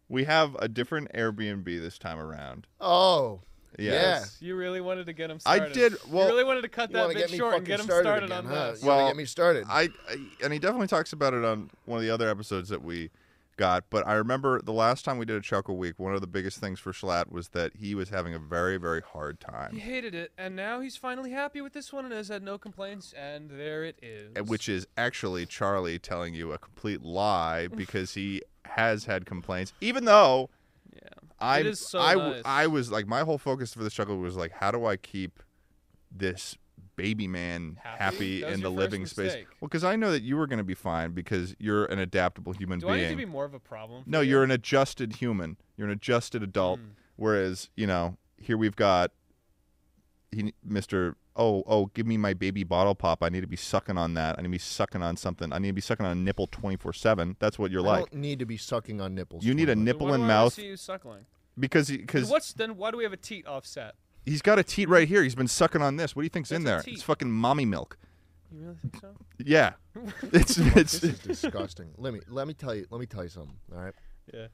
Speaker 4: we have a different Airbnb this time around.
Speaker 2: oh,
Speaker 4: Yes.
Speaker 3: You really wanted to get him
Speaker 4: I
Speaker 3: started.
Speaker 4: did- well-
Speaker 3: you really wanted to cut
Speaker 2: You
Speaker 3: that
Speaker 2: want to
Speaker 3: bit
Speaker 2: get me
Speaker 3: short
Speaker 2: fucking
Speaker 3: and get him
Speaker 2: started,
Speaker 3: started,
Speaker 2: again,
Speaker 3: on
Speaker 2: huh?
Speaker 3: this.
Speaker 2: You wanna
Speaker 4: Well,
Speaker 2: get me started.
Speaker 4: I, I and he definitely talks about it on one of the other episodes that we got. But I remember the last time we did a Chuckle Week, one of the biggest things for Schlatt was that he was having a very very hard time.
Speaker 3: He hated it, and now he's finally happy with this one and has had no complaints. And there it is.
Speaker 4: uh, which is actually Charlie telling you a complete lie because he has had complaints, even though
Speaker 3: yeah,
Speaker 4: I
Speaker 3: it is so
Speaker 4: I w-
Speaker 3: nice.
Speaker 4: I was like my whole focus for the struggle was like how do I keep this baby man
Speaker 3: Happy?
Speaker 4: happy,
Speaker 3: That was
Speaker 4: in
Speaker 3: your
Speaker 4: the
Speaker 3: first
Speaker 4: living space?
Speaker 3: mistake.
Speaker 4: Well, because I know that you were going to be fine because you're an adaptable human
Speaker 3: Do I
Speaker 4: being.
Speaker 3: need to be more of a problem? For
Speaker 4: no,
Speaker 3: you?
Speaker 4: you're an adjusted human. You're an adjusted adult.
Speaker 3: Mm.
Speaker 4: Whereas you know here we've got he, Mr. Oh, oh, give me my baby bottle pop. I need to be sucking on that. I need to be sucking on something. I need to be sucking on a nipple 24 7. That's what you're
Speaker 2: I
Speaker 4: like.
Speaker 2: don't need to be sucking on nipples.
Speaker 4: You need a
Speaker 2: Twinkie.
Speaker 3: Then
Speaker 4: nipple
Speaker 3: why
Speaker 4: and
Speaker 3: do I wanna
Speaker 4: mouth
Speaker 3: See you suckling.
Speaker 4: because he-
Speaker 3: Then
Speaker 4: cause
Speaker 3: what's then? Why do we have a teat offset?
Speaker 4: he's got a teat right here. He's been sucking on this. What do you think's in
Speaker 3: That's a
Speaker 4: there?
Speaker 3: teat.
Speaker 4: It's fucking mommy milk.
Speaker 3: You really think so?
Speaker 4: Yeah. It's, it's,
Speaker 2: This is disgusting. let me let me tell you. Let me tell you something. All right.
Speaker 3: Yeah.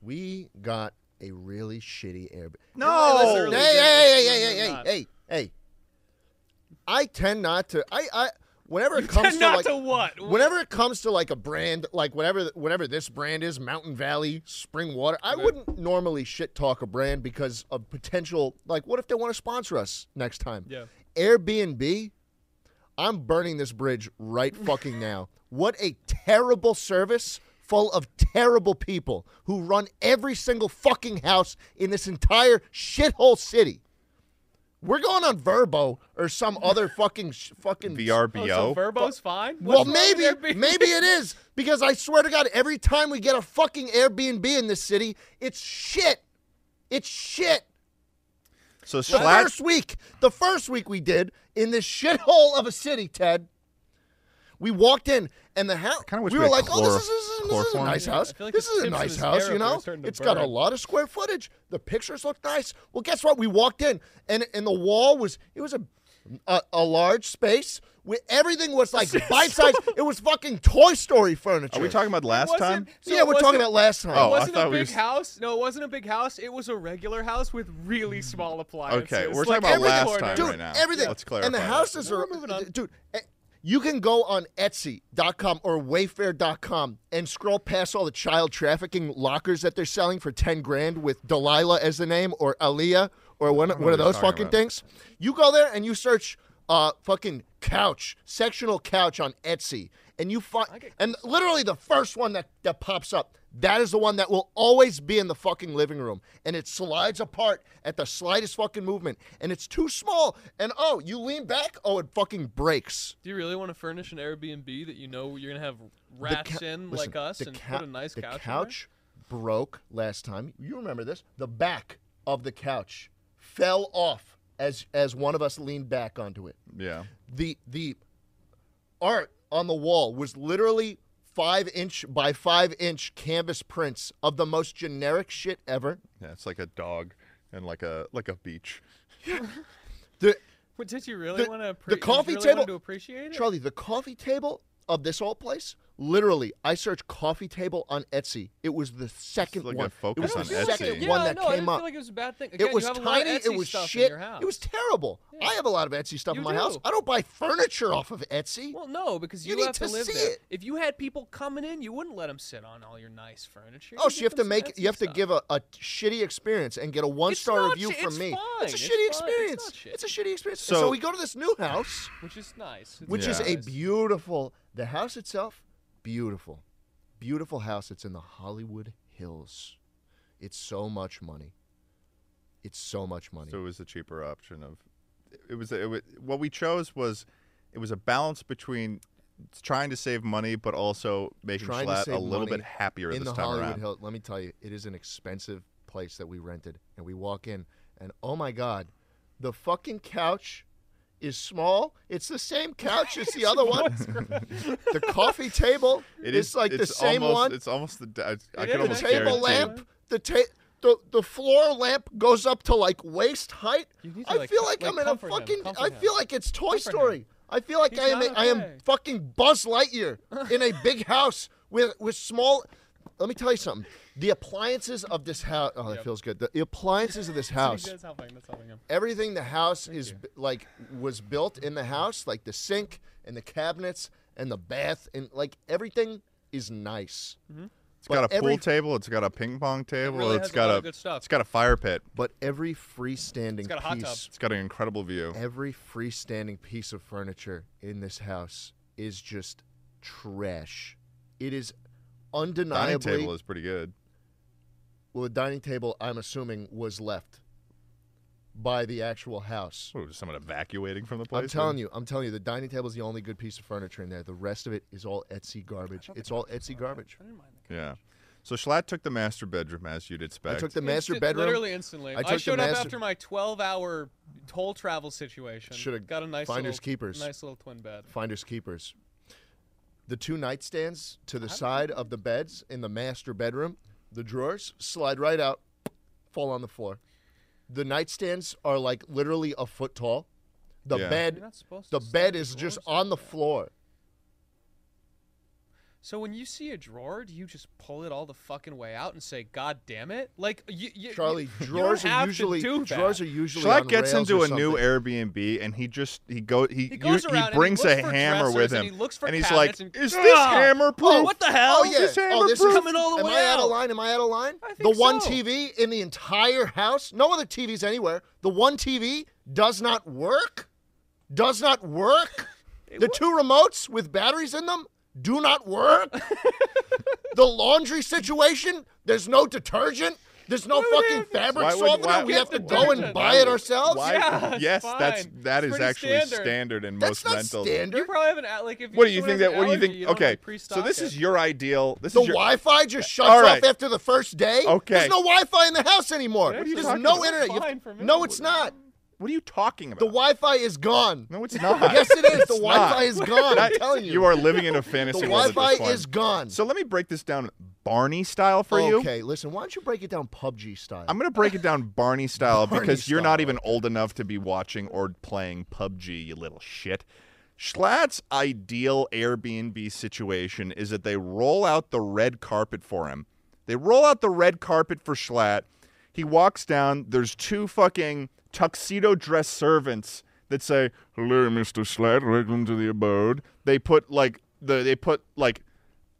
Speaker 2: We got a really shitty Airbnb.
Speaker 4: no.
Speaker 2: Hey,
Speaker 3: Really
Speaker 2: hey, hey,
Speaker 3: did. No,
Speaker 2: hey, hey,
Speaker 3: no,
Speaker 2: hey,
Speaker 3: not.
Speaker 2: hey, hey. I tend not to. I, I. Whenever it comes
Speaker 3: tend
Speaker 2: to
Speaker 3: not
Speaker 2: like,
Speaker 3: to what?
Speaker 2: Whenever it comes to like a brand, like whatever, whatever this brand is, Mountain Valley Spring Water. I wouldn't normally shit talk a brand because of potential. Like, what if they want to sponsor us next time?
Speaker 3: Yeah.
Speaker 2: Airbnb. I'm burning this bridge right fucking now. What a terrible service full of terrible people who run every single fucking house in this entire shithole city. We're going on Verbo or some other fucking sh- fucking
Speaker 3: Oh,
Speaker 4: VRBO.
Speaker 3: so Verbo's fine.
Speaker 2: Well,
Speaker 3: What's wrong with
Speaker 2: maybe
Speaker 3: Airbnb?
Speaker 2: maybe it is because I swear to God, every time we get a fucking Airbnb in this city, it's shit. It's shit.
Speaker 4: so
Speaker 2: The
Speaker 4: Schlatt,
Speaker 2: first week, the first week we did in this shithole of a city, Ted. We walked in and the house.
Speaker 4: kinda wish
Speaker 2: we
Speaker 4: we
Speaker 2: were like,
Speaker 4: had
Speaker 2: "Oh, this
Speaker 4: chloro-
Speaker 2: is, this is, this is a
Speaker 4: chloroform.
Speaker 2: nice
Speaker 3: Yeah,
Speaker 2: house.
Speaker 3: I feel like
Speaker 2: this
Speaker 3: the
Speaker 2: is a
Speaker 3: tips of
Speaker 2: nice
Speaker 3: his
Speaker 2: house,
Speaker 3: hair
Speaker 2: you
Speaker 3: up there
Speaker 2: know.
Speaker 3: is starting to
Speaker 2: It's got a
Speaker 3: burn."
Speaker 2: lot of square footage. The pictures look nice. Well, guess what? We walked in and and the wall was it was a a, a large space with everything was like bite sized. It was fucking Toy Story furniture.
Speaker 4: are we talking about last
Speaker 3: Wasn't-
Speaker 4: time?
Speaker 3: so
Speaker 2: yeah,
Speaker 3: it
Speaker 2: we're talking
Speaker 3: wasn't-
Speaker 2: about last time.
Speaker 4: Oh, I
Speaker 3: it wasn't
Speaker 4: thought
Speaker 3: a
Speaker 4: we
Speaker 3: big
Speaker 4: were s-
Speaker 3: house. No, it wasn't a big house. It was a regular house with really small appliances.
Speaker 4: Mm. we're talking
Speaker 3: Like
Speaker 4: about
Speaker 3: every
Speaker 4: last
Speaker 3: corner.
Speaker 4: time
Speaker 2: dude,
Speaker 4: right now.
Speaker 2: Everything.
Speaker 4: Let's
Speaker 2: And
Speaker 4: clarify
Speaker 2: the
Speaker 4: that.
Speaker 2: houses are
Speaker 3: moving on.
Speaker 2: dude. eh, You can go on Etsy.com or Wayfair.com and scroll past all the child trafficking lockers that they're selling for 10 grand with Delilah as the name or Aliyah or one, one of
Speaker 4: he's
Speaker 2: those
Speaker 4: talking
Speaker 2: fucking
Speaker 4: about.
Speaker 2: things. You go there and you search uh, fucking couch, sectional couch on Etsy. And you find, and literally the first one that, that pops up, that is the one that will always be in the fucking living room. And it slides apart at the slightest fucking movement. And it's too small. And oh, you lean back, oh, it fucking breaks.
Speaker 3: Do you really want to furnish an Airbnb that you know you're gonna have rats
Speaker 2: cou-
Speaker 3: in
Speaker 2: listen,
Speaker 3: like us
Speaker 2: the
Speaker 3: and
Speaker 2: cou-
Speaker 3: put a nice
Speaker 2: the
Speaker 3: couch? in there?
Speaker 2: couch broke last time. You remember this? The back of the couch fell off as as one of us leaned back onto it.
Speaker 4: Yeah.
Speaker 2: The the art on the wall was literally five inch by five inch canvas prints of the most generic shit ever.
Speaker 4: Yeah, it's like a dog and like a like a beach.
Speaker 2: The
Speaker 3: What, did you really
Speaker 2: The-
Speaker 3: want to?
Speaker 2: the
Speaker 3: Appre- you
Speaker 2: coffee
Speaker 3: really
Speaker 2: table-
Speaker 3: wanted to appreciate it.
Speaker 2: Charlie, the coffee table of this whole place. Literally, I searched coffee table on Etsy. It was the second
Speaker 4: like a
Speaker 2: one.
Speaker 4: focus
Speaker 2: it
Speaker 4: on
Speaker 2: was the
Speaker 4: Etsy.
Speaker 2: second
Speaker 3: yeah,
Speaker 2: one that
Speaker 3: no,
Speaker 2: came
Speaker 3: I didn't
Speaker 2: up.
Speaker 3: feel like it was a bad thing. Again,
Speaker 2: It was
Speaker 3: you have a lot of
Speaker 2: tiny.
Speaker 3: Etsy
Speaker 2: It was
Speaker 3: stuff in
Speaker 2: shit.
Speaker 3: your house.
Speaker 2: It was terrible. I have a lot of Etsy stuff in
Speaker 3: You
Speaker 2: my house.
Speaker 3: do.
Speaker 2: I don't buy furniture off of Etsy.
Speaker 3: Well, no, because
Speaker 2: You
Speaker 3: you,
Speaker 2: need
Speaker 3: have
Speaker 2: to
Speaker 3: to, live
Speaker 2: see
Speaker 3: there.
Speaker 2: it.
Speaker 3: If you had people coming in, you wouldn't let them sit on all your nice furniture.
Speaker 2: oh, so you have to make you have to give
Speaker 3: up.
Speaker 2: a, a shitty experience and get a one star
Speaker 3: not
Speaker 2: review
Speaker 3: shi-
Speaker 2: from
Speaker 3: it's
Speaker 2: me. It's a
Speaker 3: fine. It's
Speaker 2: shitty
Speaker 3: fine. It's not
Speaker 2: experience.
Speaker 3: shit.
Speaker 2: It's a shitty experience. So,
Speaker 4: So-
Speaker 2: we go to this new house,
Speaker 3: which is nice, It's
Speaker 2: which is
Speaker 3: nice.
Speaker 2: a beautiful. The house itself, beautiful, beautiful house. It's in the Hollywood Hills. It's so much money. It's so much money.
Speaker 4: So it was the cheaper option of it was it was what we chose was it was a balance between trying to save money but also making
Speaker 2: trying to
Speaker 4: Schlatt
Speaker 2: save
Speaker 4: a little
Speaker 2: money
Speaker 4: bit happier
Speaker 2: in
Speaker 4: this
Speaker 2: the
Speaker 4: time
Speaker 2: Hollywood
Speaker 4: around.
Speaker 2: Hill. Let me tell you, it is an expensive place that we rented, and we walk in, and oh my god, the fucking couch is small. It's the same couch as the other one. the coffee table
Speaker 4: It
Speaker 2: is,
Speaker 4: is
Speaker 2: like
Speaker 4: it's
Speaker 2: the same
Speaker 4: almost,
Speaker 2: one.
Speaker 4: It's almost the I, I
Speaker 3: It is
Speaker 4: can
Speaker 2: the
Speaker 4: almost
Speaker 3: actually
Speaker 2: table
Speaker 4: guarantee.
Speaker 2: lamp, the ta- the the floor lamp goes up to like waist height.
Speaker 3: You need to,
Speaker 2: I
Speaker 3: like,
Speaker 2: feel
Speaker 3: co-
Speaker 2: like,
Speaker 3: like,
Speaker 2: I'm in a
Speaker 3: comfort him,
Speaker 2: fucking. I
Speaker 3: comfort him.
Speaker 2: feel like it's Toy
Speaker 3: Comfort him.
Speaker 2: Story. I feel like
Speaker 3: He's
Speaker 2: I am.
Speaker 3: not
Speaker 2: I am
Speaker 3: okay.
Speaker 2: fucking Buzz Lightyear in a big house with with small. Let me tell you something. The appliances of this house. Oh, that feels good. The appliances of this
Speaker 3: That's
Speaker 2: house
Speaker 3: what he does, helping, that's helping him.
Speaker 2: everything the house is b like was built in the house like the sink and the cabinets and the bath and like everything is nice
Speaker 4: Mm-hmm. It's
Speaker 2: But
Speaker 4: got a
Speaker 2: every-
Speaker 4: pool table. It's got a ping pong table.
Speaker 3: really
Speaker 4: it's
Speaker 3: has a
Speaker 4: got
Speaker 3: lot of good stuff.
Speaker 4: It's got a fire pit.
Speaker 2: but every freestanding
Speaker 3: It's got a hot tub.
Speaker 2: piece
Speaker 4: It's got an incredible view.
Speaker 2: every freestanding piece of furniture in this house is just trash it is
Speaker 4: Dining
Speaker 2: undeniably
Speaker 4: table is pretty good.
Speaker 2: well the dining table i'm assuming was left by the actual house
Speaker 4: What, was someone evacuating from the place?
Speaker 2: I'm telling you, I'm telling you, the dining table is the only good piece of furniture in there. The rest of it is all Etsy garbage. It's all Etsy garbage.
Speaker 4: Yeah. So Schlatt took the master bedroom as you'd
Speaker 2: I
Speaker 4: expect.
Speaker 2: took the master
Speaker 3: Instant-
Speaker 2: bedroom.
Speaker 3: Literally instantly.
Speaker 2: I
Speaker 3: I,
Speaker 2: took the
Speaker 3: showed
Speaker 2: master-
Speaker 3: up after my 12-hour whole travel situation.
Speaker 2: Shoulda
Speaker 3: got a nice
Speaker 2: finders
Speaker 3: little,
Speaker 2: keepers.
Speaker 3: Nice little twin bed.
Speaker 2: Finders keepers. The two nightstands to the side of the beds in the master bedroom. The drawers slide right out, fall on the floor. The nightstands are like literally a foot tall. The
Speaker 4: Yeah.
Speaker 3: You're
Speaker 2: bed,
Speaker 3: not supposed
Speaker 2: the
Speaker 3: to
Speaker 2: bed
Speaker 3: slide
Speaker 2: is just
Speaker 3: drawers
Speaker 2: on the
Speaker 3: like that.
Speaker 2: floor.
Speaker 3: So when you see a drawer, do you just pull it all the fucking way out and say, "God damn it"? Like, you, you,
Speaker 2: Charlie,
Speaker 3: you, you don't
Speaker 2: drawers are
Speaker 3: have to
Speaker 2: usually
Speaker 3: do that.
Speaker 2: drawers are usually.
Speaker 4: Schlatt
Speaker 2: on
Speaker 4: gets
Speaker 2: rails
Speaker 4: into
Speaker 2: or
Speaker 4: a new
Speaker 2: something.
Speaker 4: Airbnb and he just he go he
Speaker 3: He goes
Speaker 4: you-
Speaker 3: around
Speaker 4: he
Speaker 3: and
Speaker 4: brings
Speaker 3: he looks
Speaker 4: a
Speaker 3: for
Speaker 4: hammer
Speaker 3: dressers
Speaker 4: with him
Speaker 3: and he looks for
Speaker 4: and he's like,
Speaker 3: cabinets and-
Speaker 4: "Is this
Speaker 3: Ah!
Speaker 4: hammer proof?
Speaker 3: Oh, what the hell?
Speaker 2: Oh yeah!
Speaker 4: Is this
Speaker 2: oh, this
Speaker 4: hammer-proof?
Speaker 2: is
Speaker 3: Coming all the
Speaker 2: Am
Speaker 3: way
Speaker 2: I out. of
Speaker 3: out.
Speaker 2: line? Am I out of line?
Speaker 3: I
Speaker 2: the
Speaker 3: think
Speaker 2: one
Speaker 3: so.
Speaker 2: TV in the entire house. No other TVs anywhere. The one TV does not work. Does not work. The two remotes with batteries in them do not work. the laundry situation. There's no detergent. There's no fucking fabric
Speaker 4: Why would-
Speaker 2: softener.
Speaker 4: why-
Speaker 2: we have to
Speaker 4: why-
Speaker 2: go
Speaker 3: why-
Speaker 2: and buy it
Speaker 4: why-
Speaker 2: ourselves.
Speaker 4: Why?
Speaker 3: Yeah, it's
Speaker 4: yes, that's
Speaker 3: fine.
Speaker 4: that
Speaker 3: It's
Speaker 4: is
Speaker 3: pretty
Speaker 4: actually
Speaker 3: standard.
Speaker 4: standard, in
Speaker 2: That's
Speaker 4: most
Speaker 2: not
Speaker 4: mental.
Speaker 2: standard.
Speaker 3: You probably have an al- like if
Speaker 4: What do you
Speaker 3: someone
Speaker 4: think
Speaker 3: has
Speaker 4: that?
Speaker 3: an
Speaker 4: What do you
Speaker 3: allergy,
Speaker 4: think?
Speaker 3: don't,
Speaker 4: okay,
Speaker 3: like,
Speaker 4: so
Speaker 3: pre-stock
Speaker 4: this
Speaker 3: it.
Speaker 4: is your ideal. This
Speaker 2: The
Speaker 4: is your,
Speaker 2: Wi-Fi just shuts
Speaker 4: All right.
Speaker 2: off after the first day.
Speaker 4: Okay.
Speaker 2: There's no Wi-Fi in the house anymore.
Speaker 3: What are you
Speaker 2: There's
Speaker 4: talking
Speaker 2: no
Speaker 4: about?
Speaker 2: internet. You-
Speaker 3: Fine for me.
Speaker 2: no, it's not.
Speaker 4: What are you talking about?
Speaker 2: The Wi-Fi is gone.
Speaker 4: no, it's not.
Speaker 2: Yes, it is.
Speaker 4: It's
Speaker 2: The
Speaker 4: not.
Speaker 2: Wi-Fi is gone. I'm
Speaker 4: That-
Speaker 2: telling you.
Speaker 4: You are living in a
Speaker 2: the
Speaker 4: fantasy world. at
Speaker 2: Wi-Fi
Speaker 4: this point.
Speaker 2: is gone.
Speaker 4: So let me break this down Barney style for you.
Speaker 2: Okay, listen. Why don't you break it down PUBG style?
Speaker 4: I'm gonna break it down Barney style
Speaker 2: Barney
Speaker 4: because you're not
Speaker 2: style,
Speaker 4: even old enough to be watching or playing PUBG, you little shit. Schlatt's ideal Airbnb situation is that they roll out the red carpet for him. They roll out the red carpet for Schlatt. He walks down. There's two fucking tuxedo dress servants that say, "Hello, Mister Slat, welcome to the abode." They put like the they put like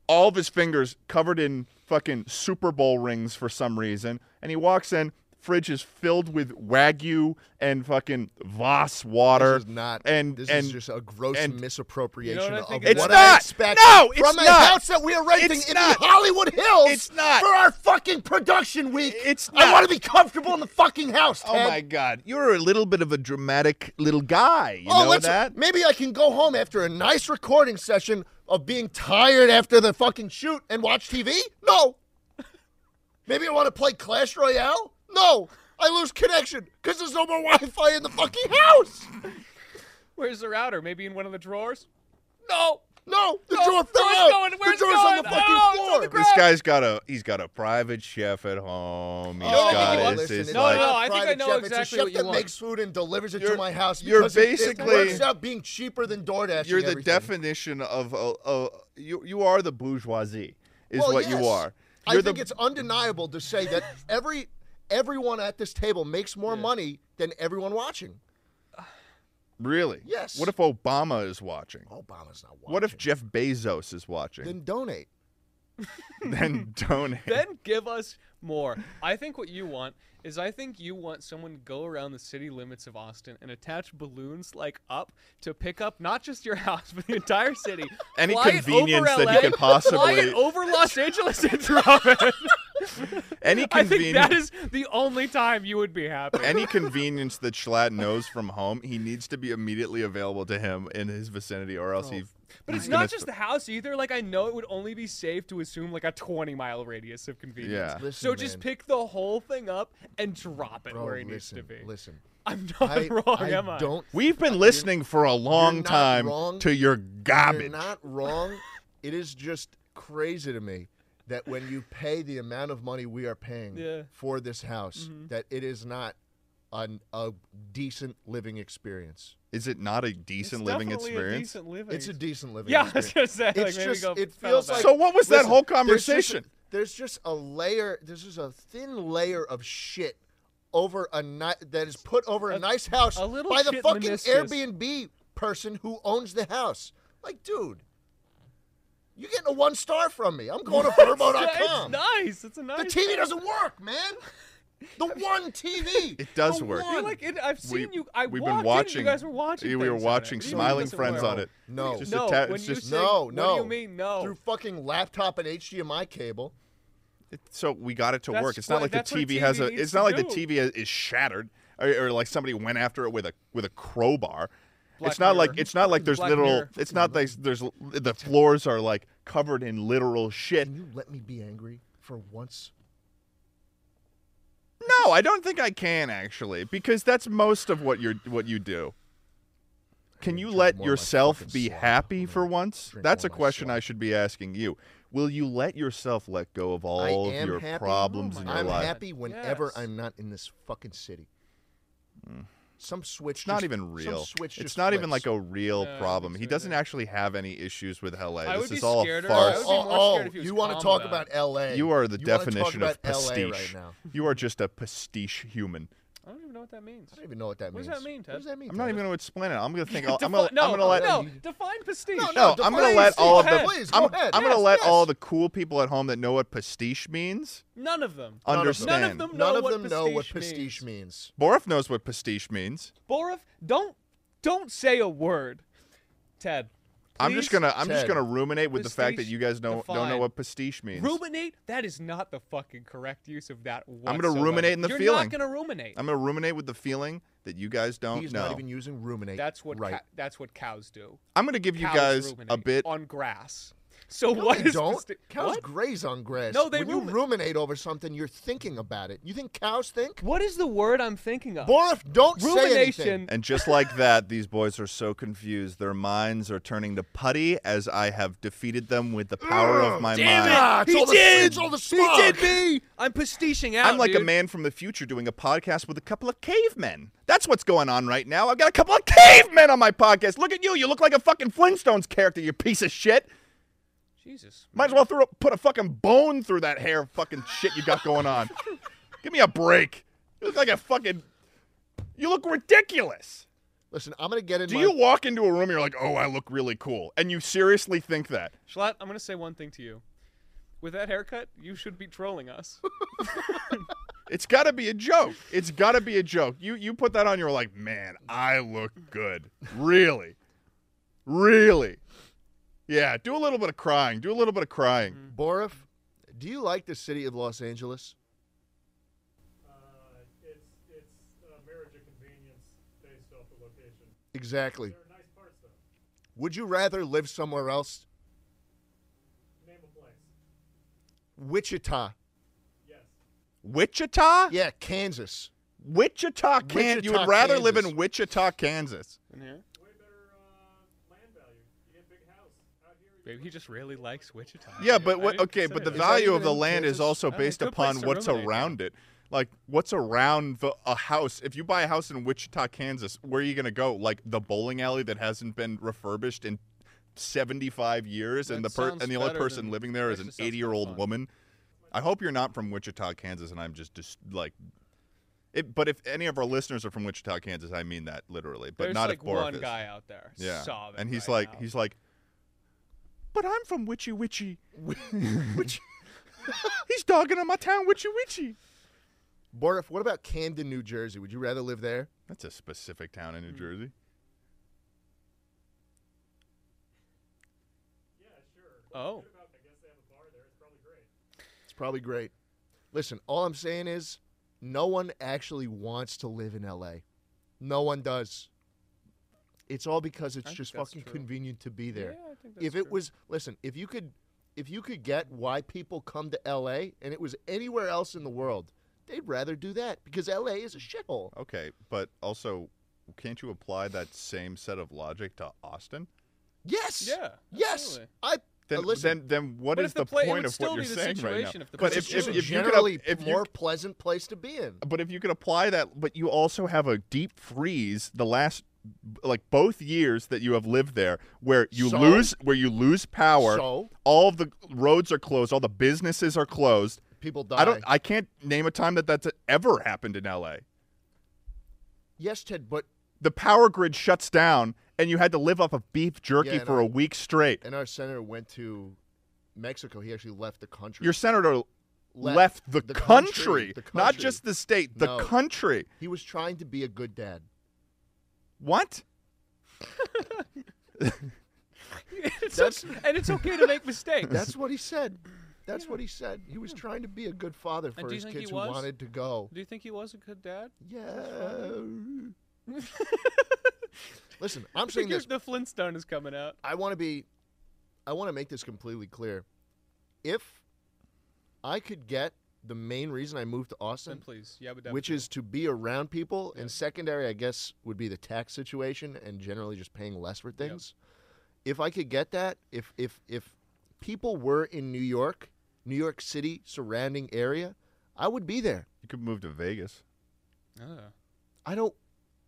Speaker 4: all of his fingers covered in fucking Super Bowl rings for some reason, and he walks in. Fridge is filled with wagyu and fucking Voss water.
Speaker 2: This is not.
Speaker 4: and
Speaker 2: this
Speaker 4: and
Speaker 2: is just a gross
Speaker 4: and-
Speaker 2: misappropriation
Speaker 3: You know what I
Speaker 2: of
Speaker 3: think
Speaker 2: what
Speaker 3: it's
Speaker 2: I
Speaker 4: not!
Speaker 2: expect
Speaker 4: No, it's
Speaker 2: from a
Speaker 4: not!
Speaker 2: house that we are renting
Speaker 4: It's
Speaker 2: in
Speaker 4: not!
Speaker 2: the Hollywood Hills.
Speaker 4: It's not!
Speaker 2: for our fucking production week.
Speaker 4: It's
Speaker 2: I
Speaker 4: not!
Speaker 2: want to be comfortable in the fucking house.
Speaker 4: Oh
Speaker 2: Ted.
Speaker 4: my God, you're a little bit of a dramatic little guy. You
Speaker 2: oh,
Speaker 4: know
Speaker 2: let's,
Speaker 4: that?
Speaker 2: Maybe I can go home after a nice recording session of being tired after the fucking shoot and watch TV. No. Maybe I want to play Clash Royale. No. I lose connection because there's no more Wi-Fi in the fucking house.
Speaker 3: Where's the router? Maybe in one of the drawers?
Speaker 2: No. No, the
Speaker 3: No,
Speaker 2: drawer fell
Speaker 3: where's
Speaker 2: out.
Speaker 3: going?
Speaker 2: the
Speaker 3: Where's
Speaker 2: drawer's on the
Speaker 3: going?
Speaker 2: fucking
Speaker 3: No, it's on
Speaker 2: floor.
Speaker 3: the ground.
Speaker 4: This guy's got a he's got a private chef at home. He's
Speaker 2: No, no,
Speaker 4: got
Speaker 3: no,
Speaker 4: his,
Speaker 2: listen,
Speaker 4: his,
Speaker 2: it's
Speaker 3: No,
Speaker 4: like,
Speaker 3: no,
Speaker 2: not
Speaker 3: I think
Speaker 2: private
Speaker 3: I know
Speaker 2: chef. it's a
Speaker 3: exactly
Speaker 2: chef
Speaker 3: what you
Speaker 2: that
Speaker 3: want.
Speaker 2: makes food and delivers it to
Speaker 4: You're-
Speaker 2: my house.
Speaker 4: you're
Speaker 2: because it-
Speaker 4: basically-
Speaker 2: it, works out being cheaper than DoorDash.
Speaker 4: you're
Speaker 2: and
Speaker 4: the
Speaker 2: everything.
Speaker 4: definition of a, a you you are the bourgeoisie is
Speaker 2: Well,
Speaker 4: what
Speaker 2: yes.
Speaker 4: you are.
Speaker 2: I
Speaker 4: You're
Speaker 2: think
Speaker 4: the,
Speaker 2: it's undeniable to say that every everyone at this table makes more money than everyone watching.
Speaker 4: really
Speaker 2: Yes.
Speaker 4: What if Obama is watching?
Speaker 2: Obama's not watching.
Speaker 4: What if Jeff Bezos is watching?
Speaker 2: Then donate.
Speaker 4: Then, donate.
Speaker 3: Then give us more. I think what you want is I think you want someone to go around the city limits of Austin and attach balloons like up to pick up not just your house but the entire city.
Speaker 4: Any
Speaker 3: Fly it
Speaker 4: convenience
Speaker 3: over
Speaker 4: that
Speaker 3: LA,
Speaker 4: you could
Speaker 3: fly
Speaker 4: possibly-
Speaker 3: it over Los Angeles and drop it.
Speaker 4: Any
Speaker 3: I think
Speaker 4: convenience.
Speaker 3: that is the only time you would be happy.
Speaker 4: any convenience that Schlatt knows from home, he needs to be immediately available to him in his vicinity, or else he.
Speaker 3: Oh. But
Speaker 4: he's
Speaker 3: it's
Speaker 4: gonna
Speaker 3: not just the house either. Like I know it would only be safe to assume like a 20 mile radius of convenience.
Speaker 4: Yeah.
Speaker 2: Listen,
Speaker 3: so just
Speaker 2: man.
Speaker 3: pick the whole thing up and drop it
Speaker 2: Bro,
Speaker 3: where it
Speaker 2: listen,
Speaker 3: needs to be.
Speaker 2: listen.
Speaker 3: I'm not
Speaker 2: I,
Speaker 3: wrong,
Speaker 2: I
Speaker 3: am I?
Speaker 2: don't.
Speaker 4: We've been listening for a long
Speaker 2: not
Speaker 4: time
Speaker 2: wrong.
Speaker 4: to your
Speaker 2: You're
Speaker 4: garbage.
Speaker 2: not wrong. it is just crazy to me that when you pay the amount of money we are paying
Speaker 3: Yeah. Mm-hmm.
Speaker 2: for this house, that it is not an, a decent living experience.
Speaker 4: Is it not a decent living
Speaker 3: definitely a
Speaker 4: experience?
Speaker 3: decent living
Speaker 2: It's a decent living.
Speaker 3: Yeah, I
Speaker 2: experience.
Speaker 3: was gonna say. like,
Speaker 2: it's
Speaker 3: maybe
Speaker 2: just
Speaker 3: go
Speaker 2: it
Speaker 3: pedal
Speaker 2: feels
Speaker 3: back.
Speaker 2: like.
Speaker 4: So what was that
Speaker 2: Listen,
Speaker 4: whole
Speaker 2: there's just-
Speaker 4: conversation?
Speaker 2: There's just, a layer. There's just a thin layer of shit over a ni- that is put over a,
Speaker 3: A-
Speaker 2: nice house
Speaker 3: a little
Speaker 2: by the
Speaker 3: shit
Speaker 2: fucking
Speaker 3: meniscus.
Speaker 2: Airbnb person who owns the house. Like, dude, you getting a one star from me? I'm going to
Speaker 3: Yeah, it's
Speaker 2: Verbo.com.
Speaker 3: nice. It's a nice.
Speaker 2: The TV doesn't work, man. The one TV.
Speaker 4: It does work.
Speaker 3: You're like it, I've seen you. I
Speaker 4: we've
Speaker 3: walked
Speaker 4: been
Speaker 3: in,
Speaker 4: watching.
Speaker 3: you guys were watching.
Speaker 4: yeah, We were
Speaker 3: things
Speaker 4: watching
Speaker 3: on it. What do you mean
Speaker 4: smiling
Speaker 3: doesn't
Speaker 4: friends
Speaker 3: work?
Speaker 4: on it.
Speaker 2: No.
Speaker 4: It's just
Speaker 3: no,
Speaker 4: atta-
Speaker 3: when
Speaker 4: it's
Speaker 3: you
Speaker 4: just-
Speaker 3: say,
Speaker 2: no,
Speaker 3: what
Speaker 2: no.
Speaker 3: do you mean? No.
Speaker 2: Through fucking laptop and HDMI cable.
Speaker 4: so we got it to
Speaker 3: That's
Speaker 4: work. It's not
Speaker 3: what-
Speaker 4: like the
Speaker 3: that's what a
Speaker 4: TV has a.
Speaker 3: TV
Speaker 4: It's
Speaker 3: needs
Speaker 4: not
Speaker 3: to
Speaker 4: like the
Speaker 3: do.
Speaker 4: TV is- is shattered, or, or like somebody went after it with a with a crowbar.
Speaker 3: Black
Speaker 4: it's not like
Speaker 3: Mirror.
Speaker 4: it's not like there's
Speaker 3: Black
Speaker 4: literal.
Speaker 3: Mirror.
Speaker 4: It's not like there's the floors are like covered in literal shit.
Speaker 2: Can you let me be angry for once?
Speaker 4: No, I don't think I can actually, because that's most of what you're what you do. Can you
Speaker 2: drink
Speaker 4: let
Speaker 2: more of my
Speaker 4: yourself
Speaker 2: fucking
Speaker 4: be
Speaker 2: slop.
Speaker 4: happy
Speaker 2: I'm
Speaker 4: for
Speaker 2: gonna
Speaker 4: once?
Speaker 2: drink
Speaker 4: That's
Speaker 2: more
Speaker 4: a
Speaker 2: of my
Speaker 4: question I
Speaker 2: slop.
Speaker 4: should be asking you. Will you let yourself let go of all
Speaker 2: I
Speaker 4: of
Speaker 2: am
Speaker 4: your
Speaker 2: happy.
Speaker 4: problems
Speaker 3: Oh
Speaker 4: in
Speaker 3: my
Speaker 4: your
Speaker 2: I'm
Speaker 4: life?
Speaker 2: happy whenever
Speaker 3: Yes.
Speaker 2: I'm not in this fucking city. Some switch.
Speaker 4: Hmm. It's not
Speaker 2: just-
Speaker 4: even real.
Speaker 2: Some switch
Speaker 4: It's
Speaker 2: just
Speaker 4: not even like
Speaker 2: flips.
Speaker 4: a real
Speaker 3: No, I
Speaker 4: problem.
Speaker 3: think
Speaker 4: He
Speaker 3: so,
Speaker 4: doesn't
Speaker 3: yeah.
Speaker 4: actually have any issues with LA.
Speaker 3: I would
Speaker 4: this
Speaker 3: be
Speaker 4: is all a
Speaker 3: scared of- I
Speaker 4: farce.
Speaker 3: would be
Speaker 2: Oh,
Speaker 3: more
Speaker 2: oh,
Speaker 3: scared if he was
Speaker 2: you want to
Speaker 3: calm
Speaker 2: talk
Speaker 3: about
Speaker 2: about
Speaker 3: it.
Speaker 2: L.A.
Speaker 4: You are
Speaker 2: wanna
Speaker 4: the
Speaker 2: talk
Speaker 4: definition
Speaker 2: about
Speaker 4: of pastiche.
Speaker 2: LA right now.
Speaker 4: You are just a pastiche human.
Speaker 3: I don't even know what that means.
Speaker 2: I don't even know what that
Speaker 3: What
Speaker 2: means.
Speaker 3: does that mean,
Speaker 2: What
Speaker 3: Ted?
Speaker 2: does that mean?
Speaker 4: I'm not
Speaker 2: Ted?
Speaker 4: even going to explain it. I'm going to think. I'll,
Speaker 3: Defi-
Speaker 4: I'm going to.
Speaker 3: no,
Speaker 4: I'm going to let.
Speaker 3: no, define prestige.
Speaker 4: No,
Speaker 2: No,
Speaker 4: I'm gonna
Speaker 2: please,
Speaker 4: let all of
Speaker 3: go
Speaker 4: the
Speaker 3: ahead.
Speaker 2: Please,
Speaker 4: I'm,
Speaker 2: go ahead.
Speaker 4: I'm gonna
Speaker 2: Yes,
Speaker 4: let
Speaker 2: yes.
Speaker 4: all the cool people at home that know what pastiche means
Speaker 3: None of them.
Speaker 2: None of them.
Speaker 4: understand.
Speaker 3: None of them know
Speaker 2: None of
Speaker 3: what
Speaker 2: them know what
Speaker 3: pastiche
Speaker 2: pastiche
Speaker 3: means.
Speaker 2: means.
Speaker 4: Borov knows what pastiche means.
Speaker 3: Borov, don't don't say a word. Ted,
Speaker 4: I'm just
Speaker 3: please
Speaker 4: gonna I'm just
Speaker 2: Ted.
Speaker 4: gonna ruminate with the fact that
Speaker 3: Pastiche
Speaker 4: you guys don't don't know
Speaker 3: defined.
Speaker 4: what pastiche means.
Speaker 3: ruminate. That is not the fucking correct use of that word.
Speaker 4: gonna ruminate in the
Speaker 3: You're
Speaker 4: feeling.
Speaker 3: not gonna ruminate.
Speaker 4: I'm gonna ruminate with the feeling that you guys don't
Speaker 2: He's
Speaker 4: know.
Speaker 2: not even using ruminate.
Speaker 3: That's what
Speaker 2: right.
Speaker 3: ca- that's what cows do.
Speaker 4: I'm gonna give you
Speaker 3: Cows
Speaker 4: guys
Speaker 3: ruminate
Speaker 4: a bit.
Speaker 3: on grass. So
Speaker 2: No,
Speaker 3: what
Speaker 2: they
Speaker 3: is
Speaker 2: don't.
Speaker 3: Pasti-
Speaker 2: cows
Speaker 3: what?
Speaker 2: graze on grass.
Speaker 3: No, they
Speaker 2: when you
Speaker 3: rumin-
Speaker 2: ruminate over something, you're thinking about it. You think cows think?
Speaker 3: what is the word I'm thinking of?
Speaker 2: Borif, don't say anything.
Speaker 3: Rumination.
Speaker 4: And just like that, these boys are so confused. Their minds are turning to putty as I have defeated them with the power of my
Speaker 3: Damn
Speaker 4: mind.
Speaker 3: it!
Speaker 2: Ah, it's
Speaker 3: he
Speaker 2: all the-
Speaker 3: did.
Speaker 2: it's all the
Speaker 3: he did
Speaker 2: smog.
Speaker 3: me. I'm pastiching out.
Speaker 4: I'm like a
Speaker 3: dude.
Speaker 4: man from the future doing a podcast with a couple of cavemen. That's what's going on right now. I've got a couple of cavemen on my podcast. Look at you. You look like a fucking Flintstones character, you piece of shit.
Speaker 3: Jesus.
Speaker 4: Might as well throw, put a fucking bone through that hair fucking shit you got going on. Give me a break. You look like a fucking. You look ridiculous.
Speaker 2: Listen, I'm gonna get in.
Speaker 4: Do
Speaker 2: my,
Speaker 4: you walk into a room and you're like, oh, I look really cool? And you seriously think that?
Speaker 3: Schlatt, I'm going to say one thing to you. With that haircut, you should be trolling us.
Speaker 4: It's got to be a joke. It's got to be a joke. You you put that on, you're like, man, I look good. Really, really. Yeah, do a little bit of crying. Do a little bit of crying.
Speaker 2: Borif? Do you like the city of Los Angeles?
Speaker 6: Uh, it's it's a marriage of convenience based off the location.
Speaker 2: Exactly.
Speaker 6: There are nice parts though.
Speaker 2: Would you rather live somewhere else?
Speaker 6: Name a place.
Speaker 2: Wichita.
Speaker 6: Yes.
Speaker 4: Wichita,
Speaker 2: Mm-hmm. Yeah, Kansas.
Speaker 4: Wichita, Kansas. You
Speaker 2: Wichita,
Speaker 4: would rather live in
Speaker 2: Kansas.
Speaker 4: Wichita, Kansas.
Speaker 3: In here?
Speaker 6: Way better uh, land value. You get a big house out here. You
Speaker 3: Babe, he just really likes Wichita.
Speaker 4: Yeah, but
Speaker 3: I
Speaker 4: what?
Speaker 3: didn't
Speaker 4: Okay, but the
Speaker 3: consider it.
Speaker 4: value of
Speaker 3: even
Speaker 4: the
Speaker 3: in
Speaker 4: land is
Speaker 3: Kansas?
Speaker 4: also
Speaker 3: I mean,
Speaker 4: based
Speaker 3: good place
Speaker 4: upon
Speaker 3: to
Speaker 4: what's
Speaker 3: ruminate.
Speaker 4: around it. Like what's around the, a house. If you buy a house in Wichita, Kansas, where are you gonna go? Like the bowling alley that hasn't been refurbished in seventy-five years, and the
Speaker 3: That
Speaker 4: per- and
Speaker 3: sounds
Speaker 4: the only
Speaker 3: better
Speaker 4: person
Speaker 3: than-
Speaker 4: living there is
Speaker 3: actually
Speaker 4: an
Speaker 3: sounds kinda
Speaker 4: eighty-year-old
Speaker 3: fun.
Speaker 4: woman. I hope you're not from Wichita, Kansas, and I'm just dis- like. It, but if any of our listeners are from Wichita, Kansas, I mean that literally, but
Speaker 3: There's
Speaker 4: not
Speaker 3: like
Speaker 4: if Borif
Speaker 3: one
Speaker 4: is.
Speaker 3: guy out there.
Speaker 4: yeah,
Speaker 3: sobbing
Speaker 4: and he's
Speaker 3: right
Speaker 4: like,
Speaker 3: now.
Speaker 4: he's like, but I'm from Witchy Witchy. Witchy. he's dogging on my town, Witchy Witchy.
Speaker 2: Borif, what about Camden, New Jersey? Would you rather live there?
Speaker 4: That's a specific town in New Jersey.
Speaker 3: oh,
Speaker 2: It's probably great. Listen, all I'm saying is no one actually wants to live in LA. No one does. It's all because it's
Speaker 3: I
Speaker 2: just
Speaker 3: think that's
Speaker 2: fucking
Speaker 3: true.
Speaker 2: convenient to be there.
Speaker 3: Yeah, I think
Speaker 2: if it
Speaker 3: that's true.
Speaker 2: was listen, if you could if you could get why people come to LA and it was anywhere else in the world, they'd rather do that because LA is a shithole.
Speaker 4: Okay, but also, can't you apply that same set of logic to Austin?
Speaker 2: Yes.
Speaker 3: Yeah,
Speaker 2: Yes.
Speaker 3: absolutely.
Speaker 2: I
Speaker 4: Then,
Speaker 2: uh, listen.
Speaker 4: then, then, what
Speaker 3: But
Speaker 4: is
Speaker 3: if the
Speaker 4: the
Speaker 3: pla- it
Speaker 4: point
Speaker 3: would
Speaker 4: of
Speaker 3: still
Speaker 4: what you're
Speaker 3: be the
Speaker 4: saying right
Speaker 3: situation
Speaker 4: now?
Speaker 3: if the
Speaker 4: but
Speaker 2: it's
Speaker 4: if,
Speaker 3: person-
Speaker 4: if,
Speaker 2: just
Speaker 3: It's
Speaker 4: if,
Speaker 2: a
Speaker 4: you could,
Speaker 2: generally
Speaker 4: if you
Speaker 2: more pleasant place to be in.
Speaker 4: But if you could apply that, but you also have a deep freeze the last, like both years that you have lived there, where you
Speaker 2: So?
Speaker 4: lose where you lose power.
Speaker 2: So?
Speaker 4: all of the roads are closed, all the businesses are closed.
Speaker 2: People die.
Speaker 4: I don't. I can't name a time that that's ever happened in L.A.
Speaker 2: yes, Ted, but
Speaker 4: The power grid shuts down, and you had to live off of beef jerky
Speaker 2: Yeah, and
Speaker 4: for
Speaker 2: I-
Speaker 4: a week straight.
Speaker 2: and our senator went to Mexico. He actually left the country.
Speaker 4: Your senator left,
Speaker 2: Left
Speaker 4: the,
Speaker 2: the
Speaker 4: country,
Speaker 2: country, the
Speaker 4: not
Speaker 2: country.
Speaker 4: just the state, the
Speaker 2: No.
Speaker 4: country.
Speaker 2: he was trying to be a good dad.
Speaker 4: What?
Speaker 3: it's
Speaker 2: That's-
Speaker 3: okay- and it's okay to make mistakes.
Speaker 2: That's what he said. That's what he said. He was trying to be a good father
Speaker 3: do
Speaker 2: for
Speaker 3: you
Speaker 2: his
Speaker 3: think he
Speaker 2: kids who
Speaker 3: was?
Speaker 2: wanted to go.
Speaker 3: Do you think he was a good dad?
Speaker 2: Yeah. Listen, I'm
Speaker 3: I think
Speaker 2: saying this.
Speaker 3: The Flintstone is coming out.
Speaker 2: I want to be. I want to make this completely clear. If I could get the main reason I moved to
Speaker 3: Then
Speaker 2: Austin,
Speaker 3: please, yabba dabba
Speaker 2: which
Speaker 3: do.
Speaker 2: is to be around people. And secondary, I guess, would be the tax situation and generally just paying less for things. If I could get that, if if if people were in New York, New York City surrounding area, I would be there.
Speaker 4: You could move to Vegas.
Speaker 3: Oh,
Speaker 2: I don't.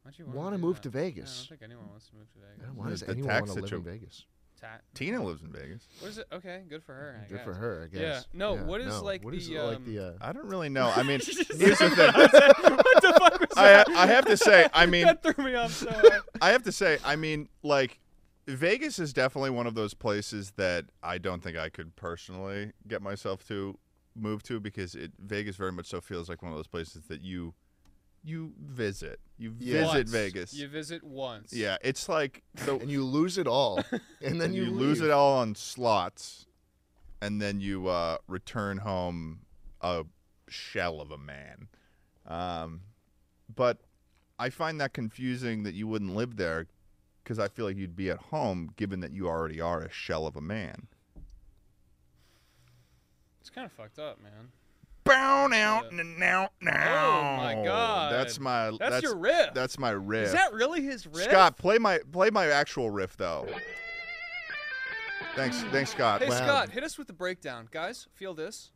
Speaker 3: why'd you
Speaker 2: Wanna
Speaker 3: do
Speaker 2: move
Speaker 3: that?
Speaker 2: to
Speaker 3: Yeah, I
Speaker 2: Vegas.
Speaker 3: don't think anyone wants to move to Vegas.
Speaker 2: Why
Speaker 4: The-
Speaker 2: does
Speaker 4: the
Speaker 2: anyone
Speaker 4: tax
Speaker 2: want to live in
Speaker 4: situ-
Speaker 2: Vegas?
Speaker 3: Tat-
Speaker 4: Tina lives in Vegas.
Speaker 3: What is it? Okay, good for her. I
Speaker 2: Good
Speaker 3: guess.
Speaker 2: for her, I guess.
Speaker 3: Yeah. No.
Speaker 2: Yeah,
Speaker 3: What is
Speaker 2: no.
Speaker 3: like
Speaker 2: What
Speaker 3: the
Speaker 2: is it like
Speaker 3: um,
Speaker 2: the? Uh,
Speaker 4: I don't really know. I mean,
Speaker 3: Jesus.
Speaker 4: here's the thing.
Speaker 3: what the fuck was
Speaker 4: I,
Speaker 3: that?
Speaker 4: I have to say, I mean,
Speaker 3: that threw me off so hard.
Speaker 4: I have to say, I mean, like, Vegas is definitely one of those places that I don't think I could personally get myself to move to because it Vegas very much so feels like one of those places that you you visit. You
Speaker 2: Yeah.
Speaker 4: visit
Speaker 3: Once.
Speaker 4: Vegas.
Speaker 3: You visit once.
Speaker 4: yeah, it's like so
Speaker 2: and you lose it all, and then
Speaker 4: and you,
Speaker 2: you,
Speaker 4: lose
Speaker 2: leave.
Speaker 4: it all on slots, and then you uh, return home a shell of a man. Um, but I find that confusing that you wouldn't live there because I feel like you'd be at home given that you already are a shell of a man.
Speaker 3: It's kind of fucked up, man.
Speaker 4: Bow now, n- now, now.
Speaker 3: Oh my God.
Speaker 4: That's my.
Speaker 3: That's your riff.
Speaker 4: That's my riff.
Speaker 3: Is that really his riff?
Speaker 4: Scott, play my play my actual riff though. Thanks, thanks, Scott.
Speaker 3: Hey
Speaker 2: Wow.
Speaker 3: Scott, hit us with the breakdown, guys. Feel this.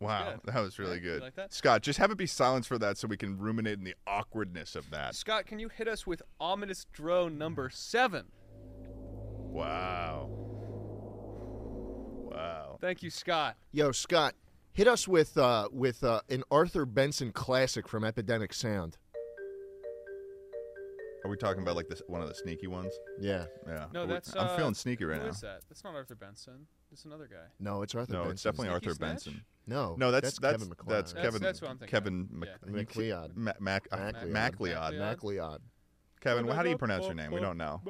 Speaker 4: Wow,
Speaker 3: Good.
Speaker 4: that was really
Speaker 3: Yeah, you
Speaker 4: good.
Speaker 3: like that?
Speaker 4: Scott, just have it be silence for that so we can ruminate in the awkwardness of that.
Speaker 3: Scott, can you hit us with ominous drone number seven?
Speaker 4: Wow. Wow.
Speaker 3: Thank you, Scott.
Speaker 2: Yo, Scott, Hit us with uh, with uh, an Arthur Benson classic from Epidemic Sound.
Speaker 4: Are we talking about like this one of the sneaky ones?
Speaker 2: Yeah.
Speaker 4: Yeah.
Speaker 3: No,
Speaker 4: Are we-
Speaker 3: that's.
Speaker 4: I'm
Speaker 3: uh,
Speaker 4: feeling sneaky right
Speaker 3: who
Speaker 4: now.
Speaker 3: is that? That's not Arthur Benson. It's another guy.
Speaker 2: No, it's Arthur
Speaker 4: No,
Speaker 2: Benson.
Speaker 4: it's definitely
Speaker 3: Sneaky
Speaker 4: Arthur
Speaker 3: Snatch?
Speaker 4: Benson.
Speaker 2: No,
Speaker 4: No,
Speaker 2: that's,
Speaker 4: that's that's
Speaker 2: Kevin McCloud.
Speaker 4: that's
Speaker 3: That's-
Speaker 4: Kevin.
Speaker 3: that's what I'm thinking
Speaker 4: Kevin
Speaker 3: of.
Speaker 4: Mc,
Speaker 3: Yeah.
Speaker 4: you can't-
Speaker 2: McLeod.
Speaker 4: Ma- Mac, uh,
Speaker 2: MacLeod.
Speaker 4: MacLeod.
Speaker 3: MacLeod.
Speaker 2: MacLeod.
Speaker 4: Kevin, how do you pronounce your name? We don't know.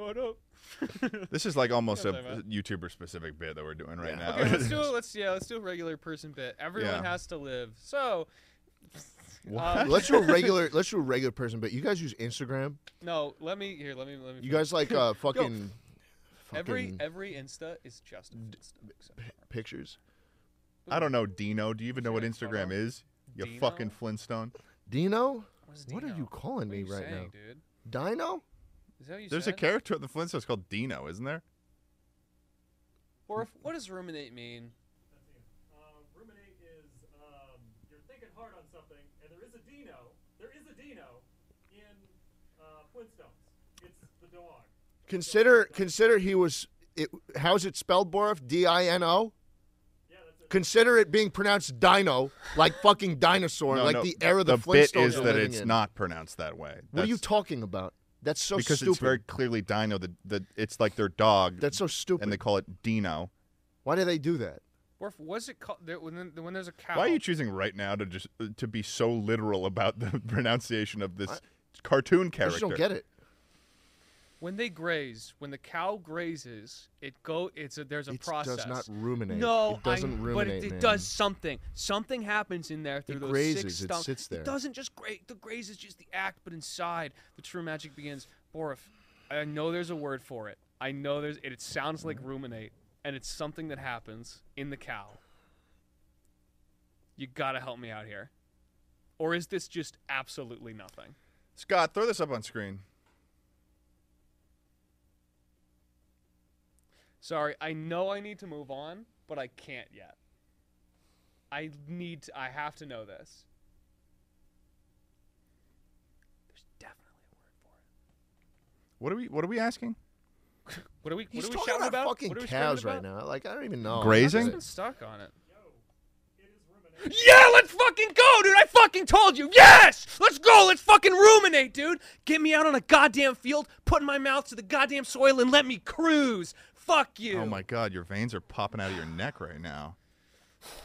Speaker 4: This is like almost a
Speaker 3: Yeah, sorry,
Speaker 4: YouTuber specific bit that we're doing right now.
Speaker 3: okay, let's do it. Let's yeah, let's do a regular person bit. Everyone
Speaker 4: Yeah.
Speaker 3: has to live. So,
Speaker 4: What?
Speaker 2: let's do a regular. Let's do a regular person. But you guys use Instagram.
Speaker 3: no, let me here. Let me let me.
Speaker 2: You
Speaker 3: finish.
Speaker 2: guys like uh, fucking, fucking
Speaker 3: every every Insta is just a Finsta, except for-
Speaker 2: pictures.
Speaker 4: I don't know, Dino. Do you even know what
Speaker 3: What's your name,
Speaker 4: Instagram is? You
Speaker 3: Dino?
Speaker 4: fucking Flintstone.
Speaker 2: Dino,
Speaker 3: What's
Speaker 2: what are
Speaker 3: Dino?
Speaker 2: you calling
Speaker 3: What
Speaker 2: me
Speaker 3: are you
Speaker 2: right
Speaker 3: saying,
Speaker 2: now?
Speaker 3: dude?
Speaker 2: Dino?
Speaker 3: Is that what you
Speaker 4: There's a
Speaker 3: said?
Speaker 4: character at the Flintstones called Dino, isn't there?
Speaker 3: Or if, what does ruminate mean?
Speaker 6: That's it. Uh, ruminate is um, you're thinking hard on something, and there is a Dino. There is a Dino in uh, Flintstones. It's the dog.
Speaker 2: Consider consider he was. It, how's it spelled, Borov? D I N O.
Speaker 6: Yeah, that's it.
Speaker 2: Consider it being pronounced Dino, like fucking dinosaur,
Speaker 4: No,
Speaker 2: like
Speaker 4: no,
Speaker 2: the era the,
Speaker 4: bit
Speaker 2: Flintstones
Speaker 4: is
Speaker 2: are
Speaker 4: that
Speaker 2: living
Speaker 4: it's
Speaker 2: in.
Speaker 4: not pronounced that way.
Speaker 2: What are you
Speaker 4: That's-
Speaker 2: talking about? That's so
Speaker 4: Because
Speaker 2: stupid.
Speaker 4: it's very clearly Dino. That the, it's like their dog.
Speaker 2: That's so stupid.
Speaker 4: and they call it Dino.
Speaker 2: Why do they do that?
Speaker 3: Or if, what's it called? There, when, there- when there's a cow.
Speaker 4: Why are you choosing right now to just uh, to be so literal about the pronunciation of this cartoon
Speaker 2: I
Speaker 4: character?
Speaker 2: just don't get it.
Speaker 3: when they graze, when the cow grazes, it go. It's a there's a
Speaker 2: It does
Speaker 3: process.
Speaker 2: not ruminate.
Speaker 3: No,
Speaker 2: It doesn't
Speaker 3: I'm-
Speaker 2: ruminate,
Speaker 3: But it,
Speaker 2: man.
Speaker 3: it does something. Something happens in there through
Speaker 2: It
Speaker 3: those
Speaker 2: grazes,
Speaker 3: six
Speaker 2: it
Speaker 3: stumps.
Speaker 2: sits there.
Speaker 3: It doesn't just graze. The graze is just the act, but inside the true magic begins. Borif, I know there's a word for it. I know there's. It, it sounds like
Speaker 2: Mm-hmm.
Speaker 3: ruminate, and it's something that happens in the cow. You gotta help me out here, or is this just absolutely nothing?
Speaker 4: Scott, throw this up on screen.
Speaker 3: Sorry, I know I need to move on, but I can't yet. I need to, I have to know this. There's definitely a word for it.
Speaker 4: What are we What are we asking?
Speaker 3: What are we
Speaker 2: He's
Speaker 3: what are we
Speaker 2: talking
Speaker 3: shouting
Speaker 2: about,
Speaker 3: about?
Speaker 2: fucking
Speaker 3: what are we shouting
Speaker 2: cows
Speaker 3: about?
Speaker 2: right now. Like I don't even know.
Speaker 4: Grazing?
Speaker 3: I've been stuck on it.
Speaker 6: It is ruminate.
Speaker 3: Yeah, let's fucking go, dude. I fucking told you. Yes! Let's go. Let's fucking ruminate, dude. Get me out on a goddamn field, put my mouth to the goddamn soil and let me cruise. Fuck you.
Speaker 4: Oh my God, your veins are popping out of your neck right now.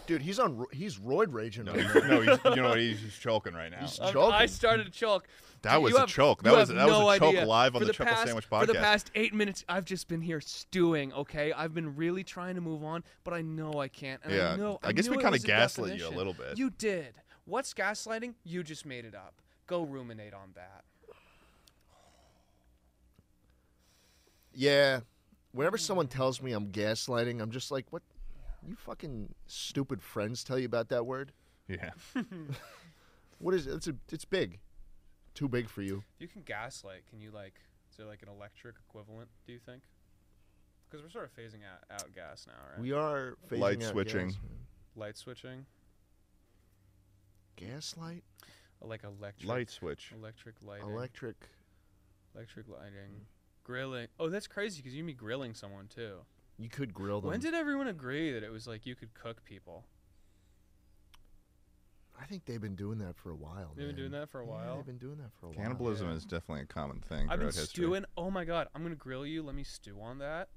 Speaker 2: Dude, he's on. ro- He's roid raging.
Speaker 4: No,
Speaker 2: right
Speaker 4: he's,
Speaker 2: now.
Speaker 4: no, he's, you know what? He's, he's choking right now.
Speaker 2: He's
Speaker 3: I'm-
Speaker 2: joking.
Speaker 3: I started to choke.
Speaker 4: That
Speaker 3: You
Speaker 4: was a
Speaker 3: have-
Speaker 4: choke. That
Speaker 3: you
Speaker 4: was-
Speaker 3: have
Speaker 4: that was a
Speaker 3: no
Speaker 4: choke
Speaker 3: idea.
Speaker 4: live on
Speaker 3: For
Speaker 4: the Chuckle
Speaker 3: past-
Speaker 4: Sandwich
Speaker 3: For the
Speaker 4: podcast.
Speaker 3: past eight minutes, I've just been here stewing. Okay, I've been really trying to move on, but I know I can't. And
Speaker 4: Yeah,
Speaker 3: I know.
Speaker 4: I guess
Speaker 3: knew
Speaker 4: we
Speaker 3: it
Speaker 4: kinda
Speaker 3: was a
Speaker 4: gaslit you a
Speaker 3: definition.
Speaker 4: little bit.
Speaker 3: You did. What's gaslighting? You just made it up. Go ruminate on that.
Speaker 2: Yeah. Whenever someone tells me I'm gaslighting, I'm just like, what? You fucking stupid friends tell you about that word?
Speaker 4: yeah.
Speaker 2: What is it? It's, a, it's big. Too big for you.
Speaker 3: If you can gaslight, can you like? Is there like an electric equivalent? Do you think? Because we're sort of phasing out, out gas now, right?
Speaker 2: We are phasing
Speaker 4: Light
Speaker 2: out
Speaker 4: switching.
Speaker 2: gas.
Speaker 3: Light switching,
Speaker 2: Gaslight?
Speaker 3: like electric
Speaker 4: Light switch.
Speaker 3: electric lighting.
Speaker 2: Electric.
Speaker 3: Electric lighting. Grilling. Oh, that's crazy because you mean grilling someone too.
Speaker 2: You could grill them.
Speaker 3: When did everyone agree that it was like you could cook people?
Speaker 2: I think they've been doing that for a while.
Speaker 3: They've been doing
Speaker 2: man.
Speaker 3: that for a
Speaker 2: Yeah,
Speaker 3: while?
Speaker 2: they've been doing that for a while.
Speaker 4: Cannibalism is definitely a common thing
Speaker 3: I've been
Speaker 4: throughout history.
Speaker 3: stewing. Oh my god, I'm gonna grill you. Let me stew on that.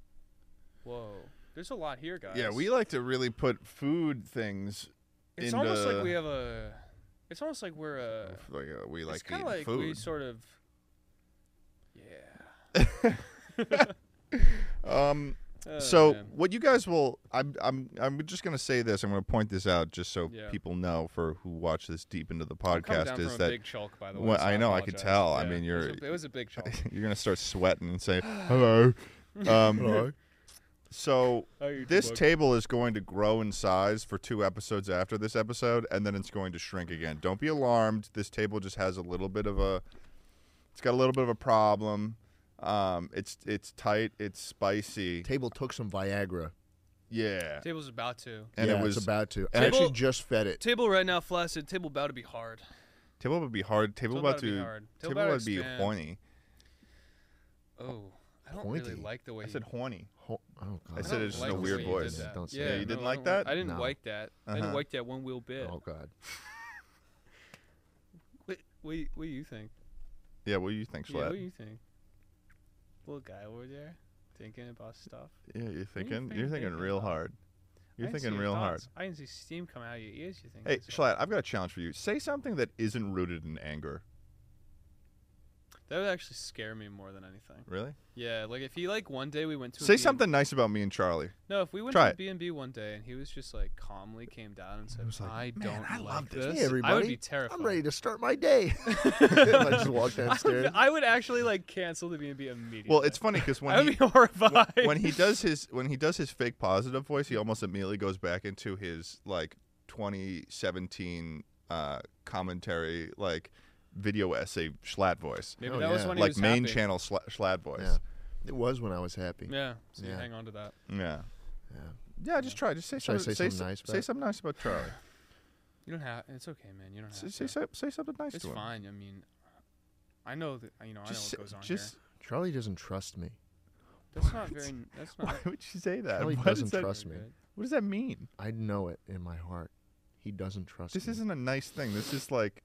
Speaker 3: Whoa, there's a lot here, guys.
Speaker 4: Yeah, we like to really put food things.
Speaker 3: It's
Speaker 4: into,
Speaker 3: almost like we have a. It's almost like we're a.
Speaker 4: Like, uh, we
Speaker 3: it's
Speaker 4: like
Speaker 3: kind
Speaker 4: eating
Speaker 3: of like
Speaker 4: food.
Speaker 3: we sort of. Yeah.
Speaker 4: um.
Speaker 3: Oh,
Speaker 4: so
Speaker 3: man.
Speaker 4: what you guys will, I'm, I'm, I'm just gonna say this. I'm gonna point this out just so
Speaker 3: Yeah.
Speaker 4: people know for who watch this deep into the
Speaker 3: I'm coming down
Speaker 4: podcast
Speaker 3: from
Speaker 4: is
Speaker 3: a
Speaker 4: that
Speaker 3: big chulk, by the way.
Speaker 4: Well,
Speaker 3: so
Speaker 4: I know, I could
Speaker 3: apologize.
Speaker 4: tell. I
Speaker 3: Yeah,
Speaker 4: mean,
Speaker 3: it was
Speaker 4: you're-
Speaker 3: a- It was a big chulk.
Speaker 4: you're gonna start sweating and say hello. Um, So
Speaker 3: I eat
Speaker 4: this
Speaker 3: bugs.
Speaker 4: table is going to grow in size for two episodes after this episode, and then it's going to shrink again. Don't be alarmed. This table just has a little bit of a. It's got a little bit of a problem. Um, it's it's tight. It's spicy.
Speaker 2: Table took some Viagra.
Speaker 4: Yeah.
Speaker 3: Table's about to.
Speaker 4: And
Speaker 2: yeah,
Speaker 4: it was
Speaker 2: it's about to. I
Speaker 3: Table-
Speaker 2: actually just fed it.
Speaker 3: Table right now flaccid. Table about to be hard.
Speaker 4: table would be hard. Table
Speaker 3: Table
Speaker 4: about
Speaker 3: about to be
Speaker 4: to
Speaker 3: hard. Table
Speaker 4: table
Speaker 3: about to
Speaker 4: about to be
Speaker 3: expand.
Speaker 4: horny.
Speaker 3: Oh, I don't
Speaker 2: Pointy.
Speaker 3: really like the way
Speaker 4: I
Speaker 3: you-
Speaker 4: said horny.
Speaker 2: Ho- Oh
Speaker 4: I
Speaker 2: god.
Speaker 4: said it just in
Speaker 3: like
Speaker 4: a
Speaker 3: the
Speaker 4: weird
Speaker 3: way you did
Speaker 4: voice.
Speaker 3: that.
Speaker 2: Don't say
Speaker 3: yeah,
Speaker 2: that.
Speaker 4: You
Speaker 3: no,
Speaker 4: didn't
Speaker 3: I
Speaker 4: like
Speaker 3: don't
Speaker 4: that?
Speaker 3: I didn't
Speaker 2: No.
Speaker 3: like that. I didn't
Speaker 4: Uh-huh.
Speaker 3: like that one wheel bit.
Speaker 2: Oh god.
Speaker 3: What, what, you- what do you think?
Speaker 4: Yeah, what do you think,
Speaker 3: Yeah, what
Speaker 4: Schlatt?
Speaker 3: do you think? Little guy over there thinking about stuff.
Speaker 4: Yeah, you're thinking.
Speaker 3: think-
Speaker 4: You're thinking
Speaker 3: thinking
Speaker 4: real
Speaker 3: about?
Speaker 4: hard. You're
Speaker 3: I didn't see
Speaker 4: thinking
Speaker 3: your
Speaker 4: real hard.
Speaker 3: thoughts. I didn't see steam coming out of your ears. You think?
Speaker 4: Hey, Schlatt, I've got a challenge for you. Say something that isn't rooted in anger.
Speaker 3: that would actually scare me more than anything.
Speaker 4: Really?
Speaker 3: Yeah, like if he like one day we went to a
Speaker 4: Say
Speaker 3: B&B
Speaker 4: something nice about me and Charlie.
Speaker 3: No, if we went
Speaker 4: Try
Speaker 3: to
Speaker 4: it.
Speaker 3: B and B one day and he was just like calmly came down and said, "I
Speaker 4: "Man,
Speaker 3: don't
Speaker 4: I
Speaker 3: like
Speaker 4: love this."
Speaker 3: this,"
Speaker 2: Hey everybody.
Speaker 3: I would be terrified.
Speaker 2: I'm ready to start my day. I just walked
Speaker 3: I would,
Speaker 2: downstairs.
Speaker 3: I would actually like cancel the B and B immediately.
Speaker 4: Well, it's funny because
Speaker 3: I would
Speaker 4: when he,
Speaker 3: be horrified
Speaker 4: when he does his when he does his fake positive voice, he almost immediately goes back into his like 2017 uh, commentary like video essay Schlatt voice,
Speaker 3: Maybe
Speaker 2: Oh,
Speaker 3: that was
Speaker 2: yeah.
Speaker 3: when he
Speaker 4: like
Speaker 3: was
Speaker 4: main
Speaker 3: happy.
Speaker 4: channel Schla- Schlatt voice.
Speaker 2: Yeah. It was when I was happy.
Speaker 3: Yeah, so you
Speaker 2: Yeah.
Speaker 3: hang on to that.
Speaker 4: Yeah.
Speaker 2: Yeah.
Speaker 4: Yeah, just try. Just say
Speaker 2: Should I
Speaker 4: something.
Speaker 2: say something
Speaker 4: some-
Speaker 2: nice
Speaker 4: Say
Speaker 2: back?
Speaker 4: something nice about Charlie.
Speaker 3: You don't have. It's okay, man. You don't have.
Speaker 4: say, say,
Speaker 3: to.
Speaker 4: so- say something nice
Speaker 3: It's
Speaker 4: to him.
Speaker 3: fine. I mean, I know that. You know, I know
Speaker 4: Just,
Speaker 3: what
Speaker 4: say-
Speaker 3: goes on
Speaker 4: just.
Speaker 2: Charlie doesn't trust me.
Speaker 3: here. That's not very. That's not.
Speaker 4: Why would you say that?
Speaker 2: Charlie
Speaker 4: What does
Speaker 2: doesn't
Speaker 4: that-
Speaker 2: trust me.
Speaker 3: very good.
Speaker 4: What does that mean?
Speaker 2: I know it in my heart. He doesn't trust
Speaker 4: This
Speaker 2: me.
Speaker 4: isn't a nice thing. This is like.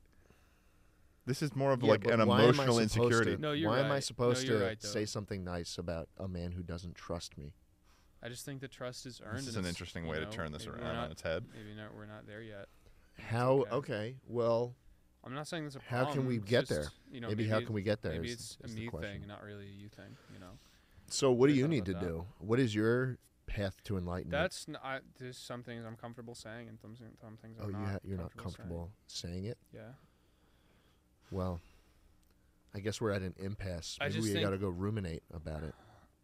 Speaker 4: This is more of
Speaker 2: Yeah,
Speaker 4: like
Speaker 2: but
Speaker 4: an
Speaker 2: why am I
Speaker 4: emotional
Speaker 2: supposed to-
Speaker 4: insecurity.
Speaker 3: No, you're
Speaker 2: why am I
Speaker 3: right.
Speaker 2: supposed
Speaker 3: No, you're
Speaker 2: to
Speaker 3: right, though.
Speaker 2: say something nice about a man who doesn't trust me?
Speaker 3: I just think the trust is earned.
Speaker 4: This is
Speaker 3: and it's,
Speaker 4: an interesting
Speaker 3: you
Speaker 4: way to
Speaker 3: know,
Speaker 4: turn this
Speaker 3: maybe we're
Speaker 4: around on
Speaker 3: not-
Speaker 4: its head.
Speaker 3: Maybe not. We're not there yet.
Speaker 2: How?
Speaker 3: okay.
Speaker 2: Okay. Well,
Speaker 3: I'm not saying there's a problem.
Speaker 2: How can we
Speaker 3: it's
Speaker 2: get
Speaker 3: just,
Speaker 2: there?
Speaker 3: You know,
Speaker 2: Maybe how
Speaker 3: it-
Speaker 2: can we get there
Speaker 3: Maybe
Speaker 2: is-
Speaker 3: it's
Speaker 2: is
Speaker 3: a
Speaker 2: the
Speaker 3: me
Speaker 2: question.
Speaker 3: thing, not really a you thing. You know,
Speaker 2: so what do
Speaker 3: Should've
Speaker 2: you
Speaker 3: thought
Speaker 2: need to
Speaker 3: about that.
Speaker 2: do? What is your path to enlightenment?
Speaker 3: that's n I there's some things I'm comfortable saying and some, some things I'm
Speaker 2: oh, you
Speaker 3: not.
Speaker 2: ha- you're not
Speaker 3: comfortable.
Speaker 2: comfortable saying it.
Speaker 3: saying. Yeah.
Speaker 2: Well, I guess we're at an impasse.
Speaker 3: I
Speaker 2: Maybe
Speaker 3: just
Speaker 2: we
Speaker 3: think-
Speaker 2: got to go ruminate about it.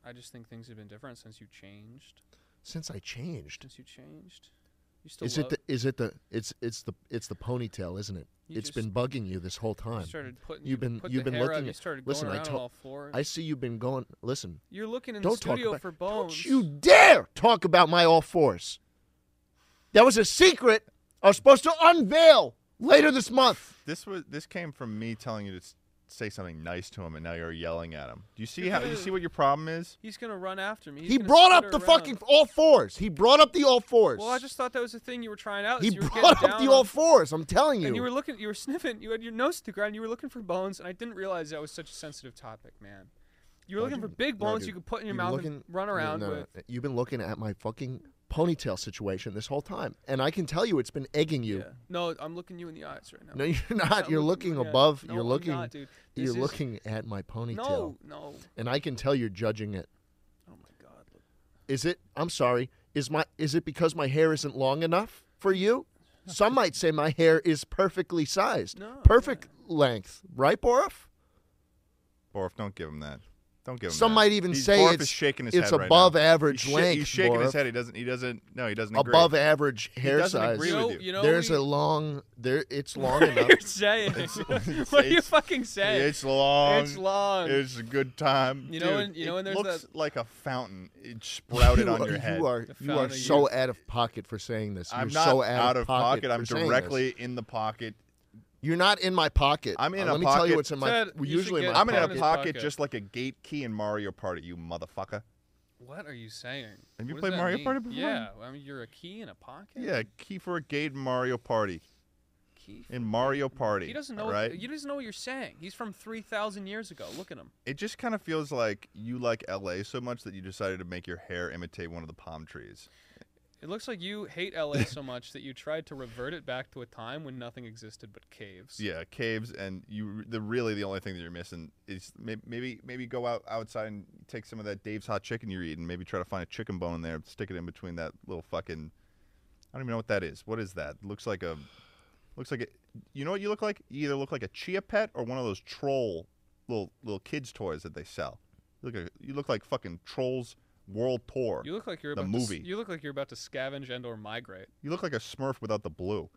Speaker 3: I just think things have been different since you changed.
Speaker 2: Since I changed,
Speaker 3: Since you changed, you still
Speaker 2: is
Speaker 3: love,
Speaker 2: it the is it the it's it's the it's the ponytail, isn't it?
Speaker 3: You
Speaker 2: it's been
Speaker 3: just-
Speaker 2: bugging you this whole time.
Speaker 3: You started putting.
Speaker 2: You've been
Speaker 3: put
Speaker 2: you've
Speaker 3: the
Speaker 2: been
Speaker 3: hair
Speaker 2: looking.
Speaker 3: Up, you
Speaker 2: at-
Speaker 3: started
Speaker 2: listen,
Speaker 3: going
Speaker 2: I
Speaker 3: around on
Speaker 2: told
Speaker 3: all fours.
Speaker 2: I see you've been going. Listen,
Speaker 3: You're looking in the
Speaker 2: don't talk
Speaker 3: studio
Speaker 2: about.
Speaker 3: for bones.
Speaker 2: Don't you dare talk about my all fours. That was a secret I was supposed to unveil later this month.
Speaker 4: This was this came from me telling you to s- say something nice to him, and now you're yelling at him. Do you see how? Do you see what your problem is?
Speaker 3: He's gonna run after me. He's
Speaker 2: he
Speaker 3: gonna
Speaker 2: brought up
Speaker 3: spitter
Speaker 2: the
Speaker 3: around.
Speaker 2: fucking all fours. He brought up the all fours.
Speaker 3: Well, I just thought that was a thing you were trying out.
Speaker 2: he
Speaker 3: is you were
Speaker 2: brought
Speaker 3: getting
Speaker 2: up
Speaker 3: down
Speaker 2: the
Speaker 3: on
Speaker 2: all fours. I'm telling you.
Speaker 3: And you were looking, you were sniffing, you had your nose to the ground, you were looking for bones, and I didn't realize that was such a sensitive topic, man. You were
Speaker 2: No,
Speaker 3: looking for
Speaker 2: dude.
Speaker 3: big
Speaker 2: No,
Speaker 3: bones
Speaker 2: dude.
Speaker 3: you could put in your
Speaker 2: You've been
Speaker 3: mouth and
Speaker 2: looking-
Speaker 3: run
Speaker 2: no,
Speaker 3: around
Speaker 2: no, no.
Speaker 3: with.
Speaker 2: You've been looking at my fucking ponytail situation this whole time, and I can tell you it's been egging you.
Speaker 3: Yeah. No, I'm looking you in the eyes right now.
Speaker 2: No, you're not.
Speaker 3: not
Speaker 2: you're
Speaker 3: looking
Speaker 2: looking
Speaker 3: at-
Speaker 2: above.
Speaker 3: No,
Speaker 2: you're
Speaker 3: I'm
Speaker 2: looking.
Speaker 3: not, dude. This
Speaker 2: You're
Speaker 3: is-
Speaker 2: looking at my ponytail,
Speaker 3: no, no.
Speaker 2: and I can tell you're judging it.
Speaker 3: Oh my god. Look.
Speaker 2: Is it? I'm sorry. Is my? Is it because my hair isn't long enough for you? Some might say my hair is perfectly sized,
Speaker 3: No,
Speaker 2: perfect length, right, Borough?
Speaker 4: Borf, don't give him that. Don't give him.
Speaker 2: Some
Speaker 4: that.
Speaker 2: might even
Speaker 4: He's-
Speaker 2: say
Speaker 4: Borf
Speaker 2: it's-
Speaker 4: is shaking his
Speaker 2: it's
Speaker 4: head right now.
Speaker 2: above average
Speaker 4: he's
Speaker 2: length,
Speaker 4: He's shaking his
Speaker 2: Borf.
Speaker 4: head. He doesn't. He doesn't. No, he doesn't. Agree.
Speaker 2: above average hair
Speaker 4: doesn't
Speaker 2: size.
Speaker 4: agree
Speaker 3: You
Speaker 4: with
Speaker 3: know,
Speaker 4: you.
Speaker 3: you know
Speaker 2: There's
Speaker 3: we,
Speaker 2: a long there. It's long
Speaker 3: what
Speaker 2: enough.
Speaker 3: you're saying. what are you
Speaker 4: it's-
Speaker 3: fucking saying?
Speaker 4: It's long.
Speaker 3: It's long.
Speaker 4: It's a good time.
Speaker 3: You know
Speaker 4: Dude,
Speaker 3: when- you know
Speaker 4: it
Speaker 3: when there's
Speaker 4: looks
Speaker 3: that-
Speaker 4: like a fountain. It sprouted
Speaker 2: you
Speaker 4: on
Speaker 2: are,
Speaker 4: your head.
Speaker 2: You are,
Speaker 3: The
Speaker 2: you are
Speaker 3: fountain of
Speaker 2: so
Speaker 3: youth.
Speaker 2: out of pocket for saying this.
Speaker 4: I'm
Speaker 2: You're
Speaker 4: not
Speaker 2: so
Speaker 4: out, of pocket.
Speaker 2: for
Speaker 4: I'm
Speaker 2: saying this.
Speaker 4: directly in the pocket.
Speaker 2: You're not in my pocket.
Speaker 4: I'm in
Speaker 2: Uh,
Speaker 4: a
Speaker 2: Let me tell
Speaker 4: pocket.
Speaker 2: you what's in my.
Speaker 3: Ted,
Speaker 2: well,
Speaker 3: you should
Speaker 2: usually
Speaker 3: get-
Speaker 2: my
Speaker 4: I'm in a
Speaker 3: pocket.
Speaker 4: pocket,
Speaker 3: His pocket.
Speaker 4: just like a gate key in Mario Party. You motherfucker.
Speaker 3: what are you saying?
Speaker 4: Have you
Speaker 3: What does
Speaker 4: played
Speaker 3: that
Speaker 4: Mario
Speaker 3: mean?
Speaker 4: Party before?
Speaker 3: Yeah, I mean you're a key in a pocket.
Speaker 4: Yeah, key for a gate in Mario Party.
Speaker 3: Key.
Speaker 4: In Mario Party.
Speaker 3: He doesn't know.
Speaker 4: Right.
Speaker 3: He doesn't know what you're saying. He's from three thousand years ago. Look at him.
Speaker 4: it just kind of feels like you like LA so much that you decided to make your hair imitate one of the palm trees.
Speaker 3: It looks like you hate LA so much that you tried to revert it back to a time when nothing existed but caves.
Speaker 4: Yeah, caves, and you. The really the only thing that you're missing is maybe maybe, maybe go out outside and take some of that Dave's hot chicken you're eating. Maybe try to find a chicken bone in there, stick it in between that little fucking. I don't even know what that is. What is that? Looks like a. Looks like a. You know what you look like? You either look like a chia pet or one of those troll little little kids toys that they sell. You look like, you look like fucking trolls world tour.
Speaker 3: You look like you're
Speaker 4: the
Speaker 3: about To,
Speaker 4: movie.
Speaker 3: s- you look like you're about to scavenge and or migrate.
Speaker 4: You look like a Smurf without the blue.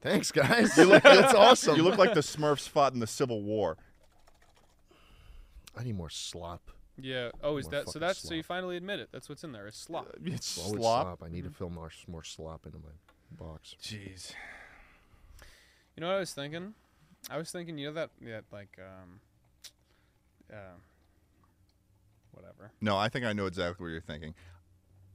Speaker 2: Thanks, guys. That's awesome.
Speaker 4: You look like the Smurfs fought in the Civil War.
Speaker 2: I need more slop.
Speaker 3: Yeah. Oh, is
Speaker 2: More
Speaker 3: that so?
Speaker 2: fucking
Speaker 3: That's so you
Speaker 2: slop.
Speaker 3: finally admit it. That's what's in there. It's slop. Mm-hmm.
Speaker 4: It's
Speaker 2: Always slop. I need to fill more more slop into my box.
Speaker 4: Jeez.
Speaker 3: You know what I was thinking? I was thinking, you know that that like um, uh, whatever.
Speaker 4: No, I think I know exactly what you're thinking.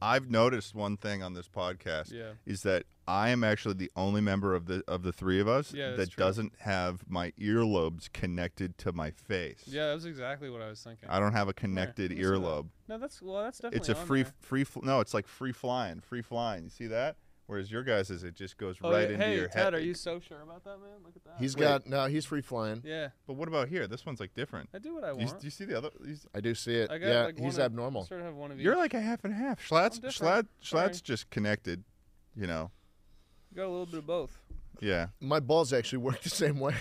Speaker 4: I've noticed one thing on this podcast
Speaker 3: Yeah.
Speaker 4: is that I am actually the only member of the of the three of us
Speaker 3: Yeah, that's
Speaker 4: that
Speaker 3: true.
Speaker 4: doesn't have my earlobes connected to my face.
Speaker 3: Yeah, that was exactly what I was thinking.
Speaker 4: I don't have a connected
Speaker 3: listen to that.
Speaker 4: earlobe.
Speaker 3: no, that's well, that's definitely.
Speaker 4: It's a
Speaker 3: on
Speaker 4: free
Speaker 3: there.
Speaker 4: free fl- no, it's like free flying, free flying. You see that? Whereas your guys is it just goes
Speaker 3: Oh,
Speaker 4: right
Speaker 3: yeah,
Speaker 4: into
Speaker 3: hey,
Speaker 4: your
Speaker 3: Ted,
Speaker 4: head.
Speaker 3: are you so sure about that, man? Look at that.
Speaker 2: He's got no. He's free flying.
Speaker 3: Yeah,
Speaker 4: But what about here? This one's like different.
Speaker 3: I do what I
Speaker 4: Do you,
Speaker 3: want.
Speaker 4: do you see the other? you s-
Speaker 2: I do see it.
Speaker 3: I got
Speaker 2: yeah,
Speaker 3: like one
Speaker 2: he's
Speaker 3: of-
Speaker 2: abnormal.
Speaker 3: Sort of have one of
Speaker 4: You're
Speaker 3: each.
Speaker 4: like a half and half. Schlatt's
Speaker 3: different.
Speaker 4: Schlatt,
Speaker 3: Sorry.
Speaker 4: Schlatt's just connected, you know.
Speaker 3: You got a little bit of both.
Speaker 4: Yeah,
Speaker 2: My balls actually work the same way.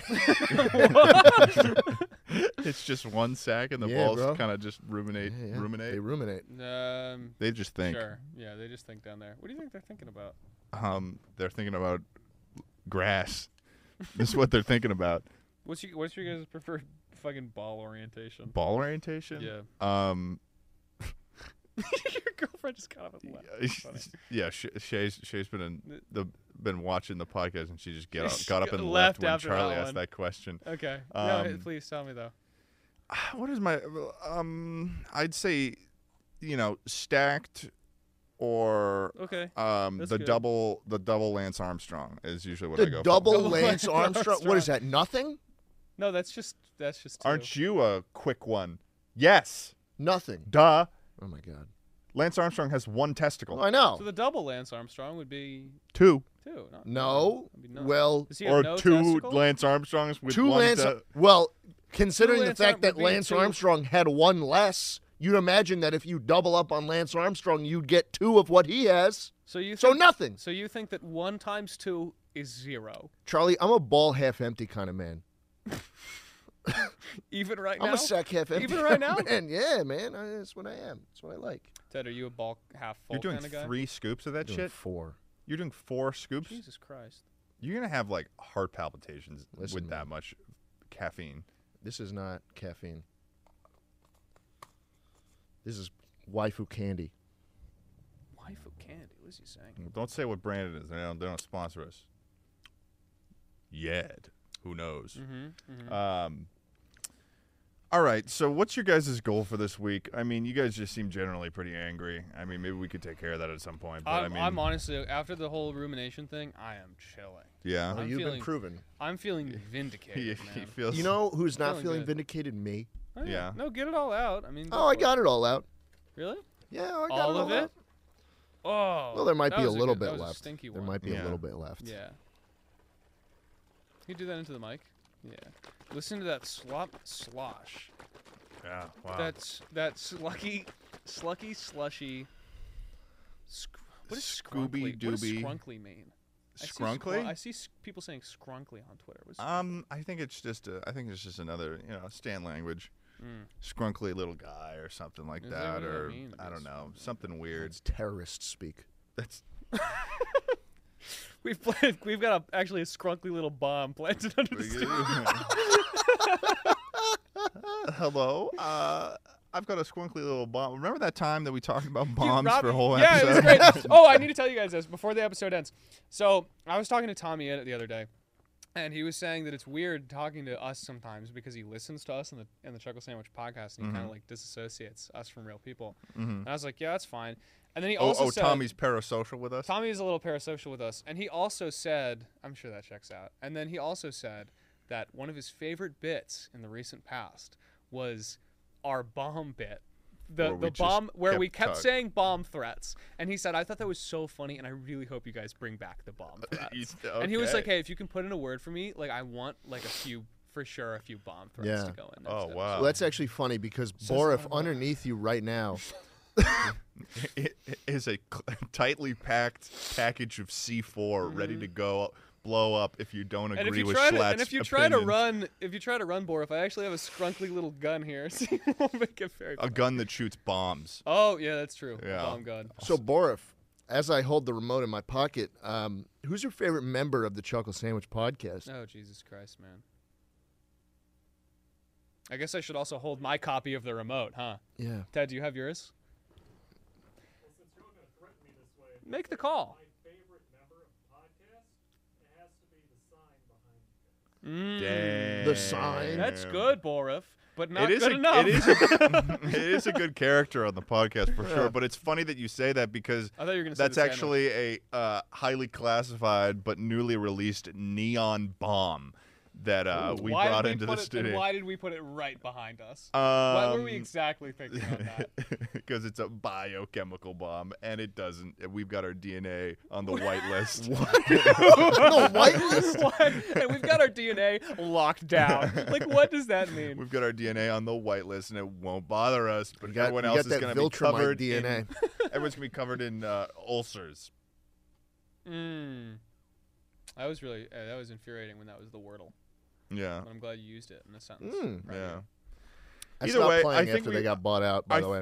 Speaker 4: it's just one sack, and the
Speaker 2: Yeah, bro.
Speaker 4: balls kind of just ruminate,
Speaker 2: Yeah, yeah.
Speaker 4: ruminate.
Speaker 2: They
Speaker 4: They,
Speaker 2: ruminate.
Speaker 3: Um,
Speaker 4: just think.
Speaker 3: sure. Yeah, they just think down there. What do you think they're thinking about?
Speaker 4: Um, they're thinking about grass. This is what they're thinking about.
Speaker 3: What's your What's your guys' preferred fucking ball orientation?
Speaker 4: Ball orientation.
Speaker 3: Yeah.
Speaker 4: Um.
Speaker 3: your girlfriend just got up and left.
Speaker 4: yeah. Sh- Shay's Shay's been in the been watching the podcast, and she just get up,
Speaker 3: She
Speaker 4: got up and
Speaker 3: left
Speaker 4: left, when
Speaker 3: after that
Speaker 4: Charlie
Speaker 3: one.
Speaker 4: asked that question.
Speaker 3: Okay. No, hey,
Speaker 4: Um,
Speaker 3: please tell me though.
Speaker 4: what is my um i'd say you know stacked or
Speaker 3: Okay.
Speaker 4: um
Speaker 3: That's
Speaker 4: the
Speaker 3: good.
Speaker 4: double the double lance armstrong is usually what i
Speaker 2: The
Speaker 4: go
Speaker 2: double
Speaker 3: Double
Speaker 2: Lance
Speaker 3: Lance
Speaker 2: Armstrong. What is
Speaker 3: Armstrong.
Speaker 2: that? Nothing.
Speaker 3: No, that's just that's just.
Speaker 4: for aren't
Speaker 3: two.
Speaker 4: you a quick one yes
Speaker 2: Nothing.
Speaker 4: duh
Speaker 2: Oh my god.
Speaker 4: lance armstrong has one testicle
Speaker 2: Well, I know.
Speaker 3: So the double Lance Armstrong would be
Speaker 4: two
Speaker 3: two. Not
Speaker 2: no.
Speaker 3: That'd be none.
Speaker 2: Well,
Speaker 3: Does he have
Speaker 4: or
Speaker 3: no
Speaker 4: two
Speaker 3: testicle?
Speaker 4: lance armstrongs with
Speaker 2: two
Speaker 4: one
Speaker 2: Lance.
Speaker 4: te-
Speaker 2: well, considering
Speaker 3: Two
Speaker 2: the
Speaker 3: Lance
Speaker 2: fact
Speaker 3: Arm-
Speaker 2: that
Speaker 3: would be
Speaker 2: Lance
Speaker 3: two-
Speaker 2: Armstrong had one less, you'd imagine that if you double up on Lance Armstrong, you'd get two of what he has.
Speaker 3: So you.
Speaker 2: So
Speaker 3: think-
Speaker 2: nothing.
Speaker 3: So you think that one times two is zero?
Speaker 2: Charlie, I'm a ball half empty kind of man.
Speaker 3: Even right
Speaker 2: I'm
Speaker 3: now.
Speaker 2: a sack half empty.
Speaker 3: Even right now?
Speaker 2: man. Yeah, man. I, that's what I am. That's what I like.
Speaker 3: Ted, are you a ball half full
Speaker 4: you're doing
Speaker 3: kind of guy?
Speaker 4: three scoops of that
Speaker 2: Doing
Speaker 4: shit
Speaker 2: four.
Speaker 4: you're doing four scoops
Speaker 3: Jesus Christ.
Speaker 4: you're gonna have like heart palpitations
Speaker 2: Listen,
Speaker 4: with that
Speaker 2: man.
Speaker 4: much caffeine
Speaker 2: This is not caffeine. This is waifu candy.
Speaker 3: Waifu candy. What is he saying?
Speaker 4: Don't say what brand it is. They don't, they don't sponsor us. Yet. Who knows?
Speaker 3: Mm-hmm,
Speaker 4: Um, all right. So, what's your guys' goal for this week? I mean, you guys just seem generally pretty angry. I mean, maybe we could take care of that at some point. But
Speaker 3: I'm,
Speaker 4: I mean,
Speaker 3: I'm honestly after the whole rumination thing, I am chilling.
Speaker 4: yeah.
Speaker 2: Well,
Speaker 3: I'm
Speaker 2: you've been
Speaker 3: feeling-
Speaker 2: proven.
Speaker 3: I'm feeling
Speaker 4: he,
Speaker 3: vindicated,
Speaker 4: he
Speaker 3: man.
Speaker 4: feels.
Speaker 2: You know who's not
Speaker 3: Feeling
Speaker 2: feeling,
Speaker 3: good.
Speaker 2: vindicated? Me.
Speaker 3: Oh,
Speaker 4: Yeah.
Speaker 3: No, get it all out. I mean. go
Speaker 2: Oh, I
Speaker 3: for
Speaker 2: got it all out.
Speaker 3: Really?
Speaker 2: Yeah, I got
Speaker 3: All
Speaker 2: it all
Speaker 3: of it?
Speaker 2: out.
Speaker 3: Oh.
Speaker 2: Well, there might
Speaker 3: that
Speaker 2: be a
Speaker 3: was
Speaker 2: little
Speaker 3: good-
Speaker 2: bit
Speaker 3: that was a
Speaker 2: left.
Speaker 3: stinky
Speaker 2: there
Speaker 3: one.
Speaker 2: might be
Speaker 4: Yeah.
Speaker 2: a little bit left.
Speaker 3: Yeah. Can you do that into the mic? Yeah. Listen to that slop slosh.
Speaker 4: Yeah, wow.
Speaker 3: That's that slucky, slucky, slushy. Sc- what does
Speaker 4: Scooby
Speaker 3: scrunkly- What does
Speaker 4: Dooby.
Speaker 3: scrunkly mean? I see scrun-
Speaker 4: Scrunkly?
Speaker 3: I see s- people saying scrunkly on Twitter. What's
Speaker 4: um, I think it's just a, I think it's just another, you know, Stan language, scrunkly little guy or something like
Speaker 3: Mm. Is that what
Speaker 4: that,
Speaker 3: they
Speaker 4: or
Speaker 3: mean?
Speaker 4: I don't
Speaker 3: It's-
Speaker 4: know, something weird.
Speaker 2: It's terrorist speak.
Speaker 4: That's
Speaker 3: we've played, we've got a, actually a scrunkly little bomb planted under the stairs.
Speaker 4: Hello. Uh, I've got a squinkly little bomb. Remember that time that we talked about bombs
Speaker 3: Rob-
Speaker 4: for a whole
Speaker 3: yeah,
Speaker 4: episode?
Speaker 3: it was great. oh, I need to tell you guys this before the episode ends. So I was talking to Tommy Ed the other day, and he was saying that it's weird talking to us sometimes because he listens to us in the in the Chuckle Sandwich podcast and he
Speaker 4: Mm-hmm.
Speaker 3: kind of like disassociates us from real people. And I was like, yeah, that's fine. And then he
Speaker 4: Oh,
Speaker 3: also
Speaker 4: oh
Speaker 3: said,
Speaker 4: Tommy's parasocial with us.
Speaker 3: Tommy is a little parasocial with us, and he also said, I'm sure that checks out. And then he also said that one of his favorite bits in the recent past was our bomb bit. The,
Speaker 4: Where we
Speaker 3: the
Speaker 4: just
Speaker 3: bomb where we
Speaker 4: kept
Speaker 3: kept
Speaker 4: talk-
Speaker 3: saying bomb threats and he said i thought that was so funny and i really hope you guys bring back the bomb threats
Speaker 4: You-
Speaker 3: and he was like
Speaker 4: okay.
Speaker 3: hey if you can put in a word for me like i want like a few for sure a few bomb threats
Speaker 2: Yeah.
Speaker 3: to go in next
Speaker 4: Oh
Speaker 3: episode."
Speaker 4: wow!
Speaker 2: Well, that's actually funny because Borif underneath you right now.
Speaker 4: It it is a cl- tightly packed package of C4 ready to go blow up if you don't agree
Speaker 3: Mm-hmm. and if you
Speaker 4: with
Speaker 3: try to
Speaker 4: Schlatt's
Speaker 3: and if you try to
Speaker 4: opinions.
Speaker 3: run if you try to run Borif, i actually have a scrunkly little gun here so you won't make it very
Speaker 4: a gun that shoots bombs.
Speaker 3: Oh yeah, that's true.
Speaker 4: Yeah.
Speaker 3: Bomb gun.
Speaker 2: So Borif, as I hold the remote in my pocket, um, who's your favorite member of the Chuckle Sandwich podcast?
Speaker 3: Oh Jesus Christ, man. I guess I should also hold my copy of the remote, huh?
Speaker 2: Yeah.
Speaker 3: Ted, do you have yours? Make the call.
Speaker 6: My favorite member of the podcast, it has to be the sign behind me.
Speaker 4: Damn.
Speaker 3: Hmm.
Speaker 2: The sign.
Speaker 3: That's good, Borif, but not
Speaker 4: it is
Speaker 3: good
Speaker 4: a,
Speaker 3: enough.
Speaker 4: It is, a, it is a good character on the podcast for sure. But it's funny that you say that because
Speaker 3: I thought you were gonna say
Speaker 4: that's
Speaker 3: the sandwich.
Speaker 4: actually a uh, highly classified but newly released neon bomb that uh, we
Speaker 3: why did
Speaker 4: brought
Speaker 3: we
Speaker 4: into
Speaker 3: put
Speaker 4: the
Speaker 3: it-
Speaker 4: studio.
Speaker 3: And why did we put it right behind us? what were we
Speaker 4: Um,
Speaker 3: exactly thinking on that?
Speaker 4: because it's a biochemical bomb and it doesn't and we've got our dna on the white list
Speaker 2: no, whitelist.
Speaker 3: What? And we've got our DNA locked down. Like, what does that mean?
Speaker 4: we've got our dna on the white list and it won't bother us but
Speaker 2: got-
Speaker 4: everyone
Speaker 2: you
Speaker 4: else
Speaker 2: got
Speaker 4: is
Speaker 2: that
Speaker 4: going to be
Speaker 2: Viltrumite
Speaker 4: covered
Speaker 2: DNA.
Speaker 4: in, everyone's going to be covered in uh, ulcers
Speaker 3: Mm. That was really uh, that was infuriating when that was the wordle.
Speaker 4: yeah
Speaker 3: But I'm glad you used it in a sentence.
Speaker 2: Mm.
Speaker 3: right
Speaker 4: yeah
Speaker 3: here.
Speaker 2: I
Speaker 4: Either
Speaker 2: stopped
Speaker 4: way, I
Speaker 2: playing
Speaker 4: think
Speaker 2: after
Speaker 4: we-
Speaker 2: they got bought out. By
Speaker 4: I
Speaker 2: the way,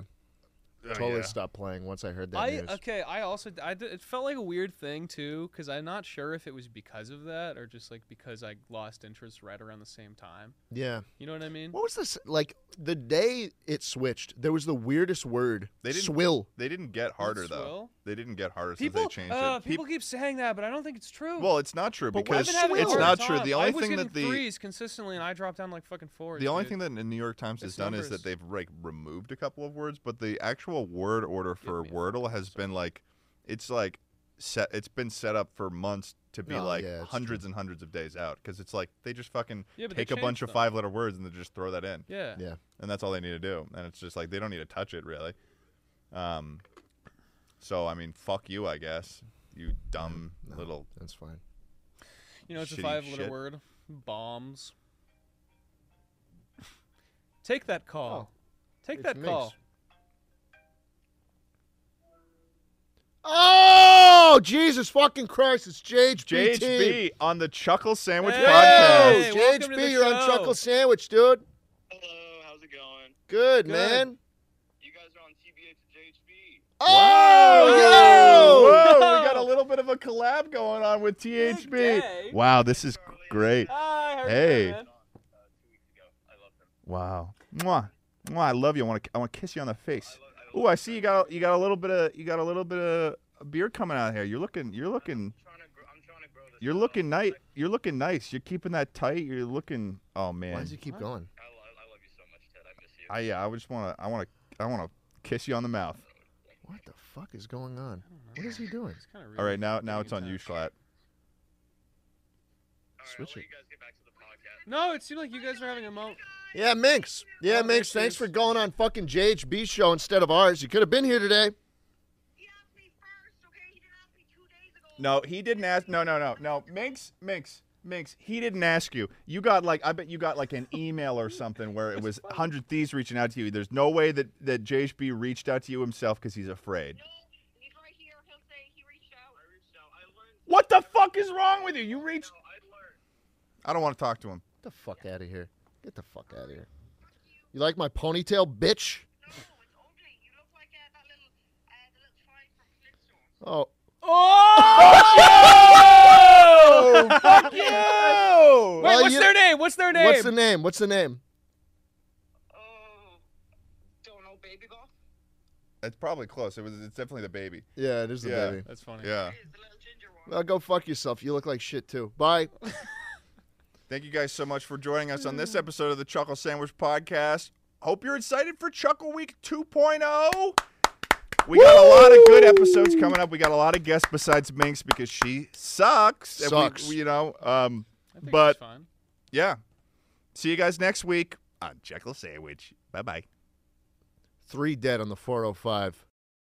Speaker 4: Oh,
Speaker 2: totally
Speaker 4: yeah.
Speaker 2: stopped playing once I heard that
Speaker 3: I uh,
Speaker 2: news.
Speaker 3: okay. I also d- I d- it felt like a weird thing too because I'm not sure if it was because of that or just like because I lost interest right around the same time.
Speaker 2: Yeah.
Speaker 3: You know what I mean?
Speaker 2: What was this like? The day it switched, there was the weirdest word.
Speaker 4: They didn't-
Speaker 2: swill.
Speaker 4: they didn't get harder though
Speaker 3: swill?
Speaker 4: they didn't get harder
Speaker 3: people
Speaker 4: since they changed
Speaker 3: uh,
Speaker 4: it Peop-
Speaker 3: people keep saying that, but I don't think it's true.
Speaker 4: well it's not true
Speaker 3: But I've
Speaker 4: because
Speaker 3: been having a
Speaker 4: it's
Speaker 3: hard
Speaker 4: not true
Speaker 3: time.
Speaker 4: the only
Speaker 3: I was
Speaker 4: thing
Speaker 3: getting
Speaker 4: that the
Speaker 3: threes consistently, and I dropped down like fucking fours.
Speaker 4: The only
Speaker 3: dude.
Speaker 4: thing that the New York Times has
Speaker 3: It's
Speaker 4: done is
Speaker 3: numbers.
Speaker 4: that they've like removed a couple of words, but the actual word order for Wordle has been like, it's like set. It's been set up for months to be
Speaker 2: No,
Speaker 4: like
Speaker 2: yeah, it's
Speaker 4: hundreds and hundreds of days out because it's like they just fucking
Speaker 3: Yeah, but they
Speaker 4: take a bunch
Speaker 3: changed
Speaker 4: of
Speaker 3: them.
Speaker 4: five letter words and they just throw that in,
Speaker 3: yeah.
Speaker 2: Yeah.
Speaker 4: and that's all they need to do. And it's just like they don't need to touch it really. Um, so I mean, fuck you, I guess you dumb little.
Speaker 2: That's fine.
Speaker 3: You know, it's
Speaker 4: Shitty
Speaker 3: a five letter
Speaker 4: shit.
Speaker 3: word. Bombs. Take that call.
Speaker 4: Oh.
Speaker 3: Take
Speaker 2: It's
Speaker 3: that
Speaker 2: mixed.
Speaker 3: call.
Speaker 2: Oh Jesus fucking Christ! It's JHB. team.
Speaker 4: JHB on the Chuckle Sandwich
Speaker 3: Hey!
Speaker 4: podcast.
Speaker 3: Hey, welcome
Speaker 2: JHB,
Speaker 3: to the
Speaker 2: you're on
Speaker 3: show.
Speaker 2: Chuckle Sandwich, dude.
Speaker 7: Hello, how's it going?
Speaker 2: Good,
Speaker 3: Good.
Speaker 2: man.
Speaker 7: You guys are on TBA to JHB.
Speaker 2: Oh, yo!
Speaker 4: Whoa,
Speaker 3: Whoa!
Speaker 4: we got a little bit of a collab going on with THB.
Speaker 3: day.
Speaker 4: Wow, this is great.
Speaker 3: Hi, how are you
Speaker 4: Hey.
Speaker 3: doing, man?
Speaker 4: Wow. Mwah. Mwah, I love you. I want to I want to kiss you on the face. Ooh, I see you got you got a little bit of you got a little bit of beard coming out here. You're looking you're looking
Speaker 7: Trying to grow, I'm trying to grow this.
Speaker 4: you're looking nice. You're looking nice. You're keeping that tight. You're looking Oh
Speaker 2: Why
Speaker 4: man.
Speaker 2: does he keep going?
Speaker 7: I, lo- I love you so much, Ted. I miss you.
Speaker 4: I yeah, I just want to I want to I want to kiss you on the mouth.
Speaker 2: What the fuck is going on? What is he doing?
Speaker 3: It's kinda
Speaker 4: All
Speaker 3: really
Speaker 4: right, now now
Speaker 3: fucking
Speaker 4: it's on you,
Speaker 3: intense.
Speaker 4: Schlatt.
Speaker 7: All right, I'll let
Speaker 2: switch it.
Speaker 7: you guys get back to the podcast.
Speaker 3: No, it seemed like you guys were having a moment.
Speaker 2: Yeah, Minx. Yeah,
Speaker 3: Oh,
Speaker 2: Minx.
Speaker 3: Minx
Speaker 2: Thanks
Speaker 3: is-
Speaker 2: for going on fucking JHB show instead of ours. You could have been here today.
Speaker 8: He asked me first, okay? He didn't ask me two days ago.
Speaker 4: No, he didn't ask. No, no, no, no. Minx, Minx, Minx. He didn't ask you. You got like I bet you got like an email or something where it was hundred thieves reaching out to you. There's no way that that JHB reached out to you himself because he's afraid.
Speaker 8: No, you right here. He'll say he reached out.
Speaker 7: I reached out. I learned.
Speaker 4: What the fuck is wrong with you? You reached.
Speaker 7: No, I learned.
Speaker 4: I don't want to talk to him.
Speaker 2: Get the fuck out of here. Get the fuck out of here. You like my ponytail, bitch?
Speaker 8: No, it's ugly. You look like uh, that little, uh, the little twine from Flintstones.
Speaker 2: Oh,
Speaker 4: Oh! fuck you!
Speaker 2: Well,
Speaker 3: Wait, what's
Speaker 2: you-
Speaker 3: their name? What's their name?
Speaker 2: what's the name? What's the name?
Speaker 7: Oh, don't know, baby girl.
Speaker 4: That's probably close. It was. It's definitely the baby.
Speaker 2: Yeah, it is the
Speaker 4: Yeah.
Speaker 2: baby.
Speaker 3: That's funny.
Speaker 4: Yeah.
Speaker 7: Is the little ginger one.
Speaker 2: Well, go fuck yourself. You look like shit too. Bye.
Speaker 4: Thank you guys so much for joining us on this
Speaker 3: Mm.
Speaker 4: episode of the Chuckle Sandwich Podcast. Hope you're excited for Chuckle Week 2.0. We got a lot of good episodes coming up. We got a lot of guests besides Minx because she sucks. And we-
Speaker 2: Sucks.
Speaker 4: we- you know, um,
Speaker 3: I think
Speaker 4: But-
Speaker 3: it's fine.
Speaker 4: yeah. See you guys next week on Chuckle Sandwich. Bye bye.
Speaker 2: Three dead on the 405.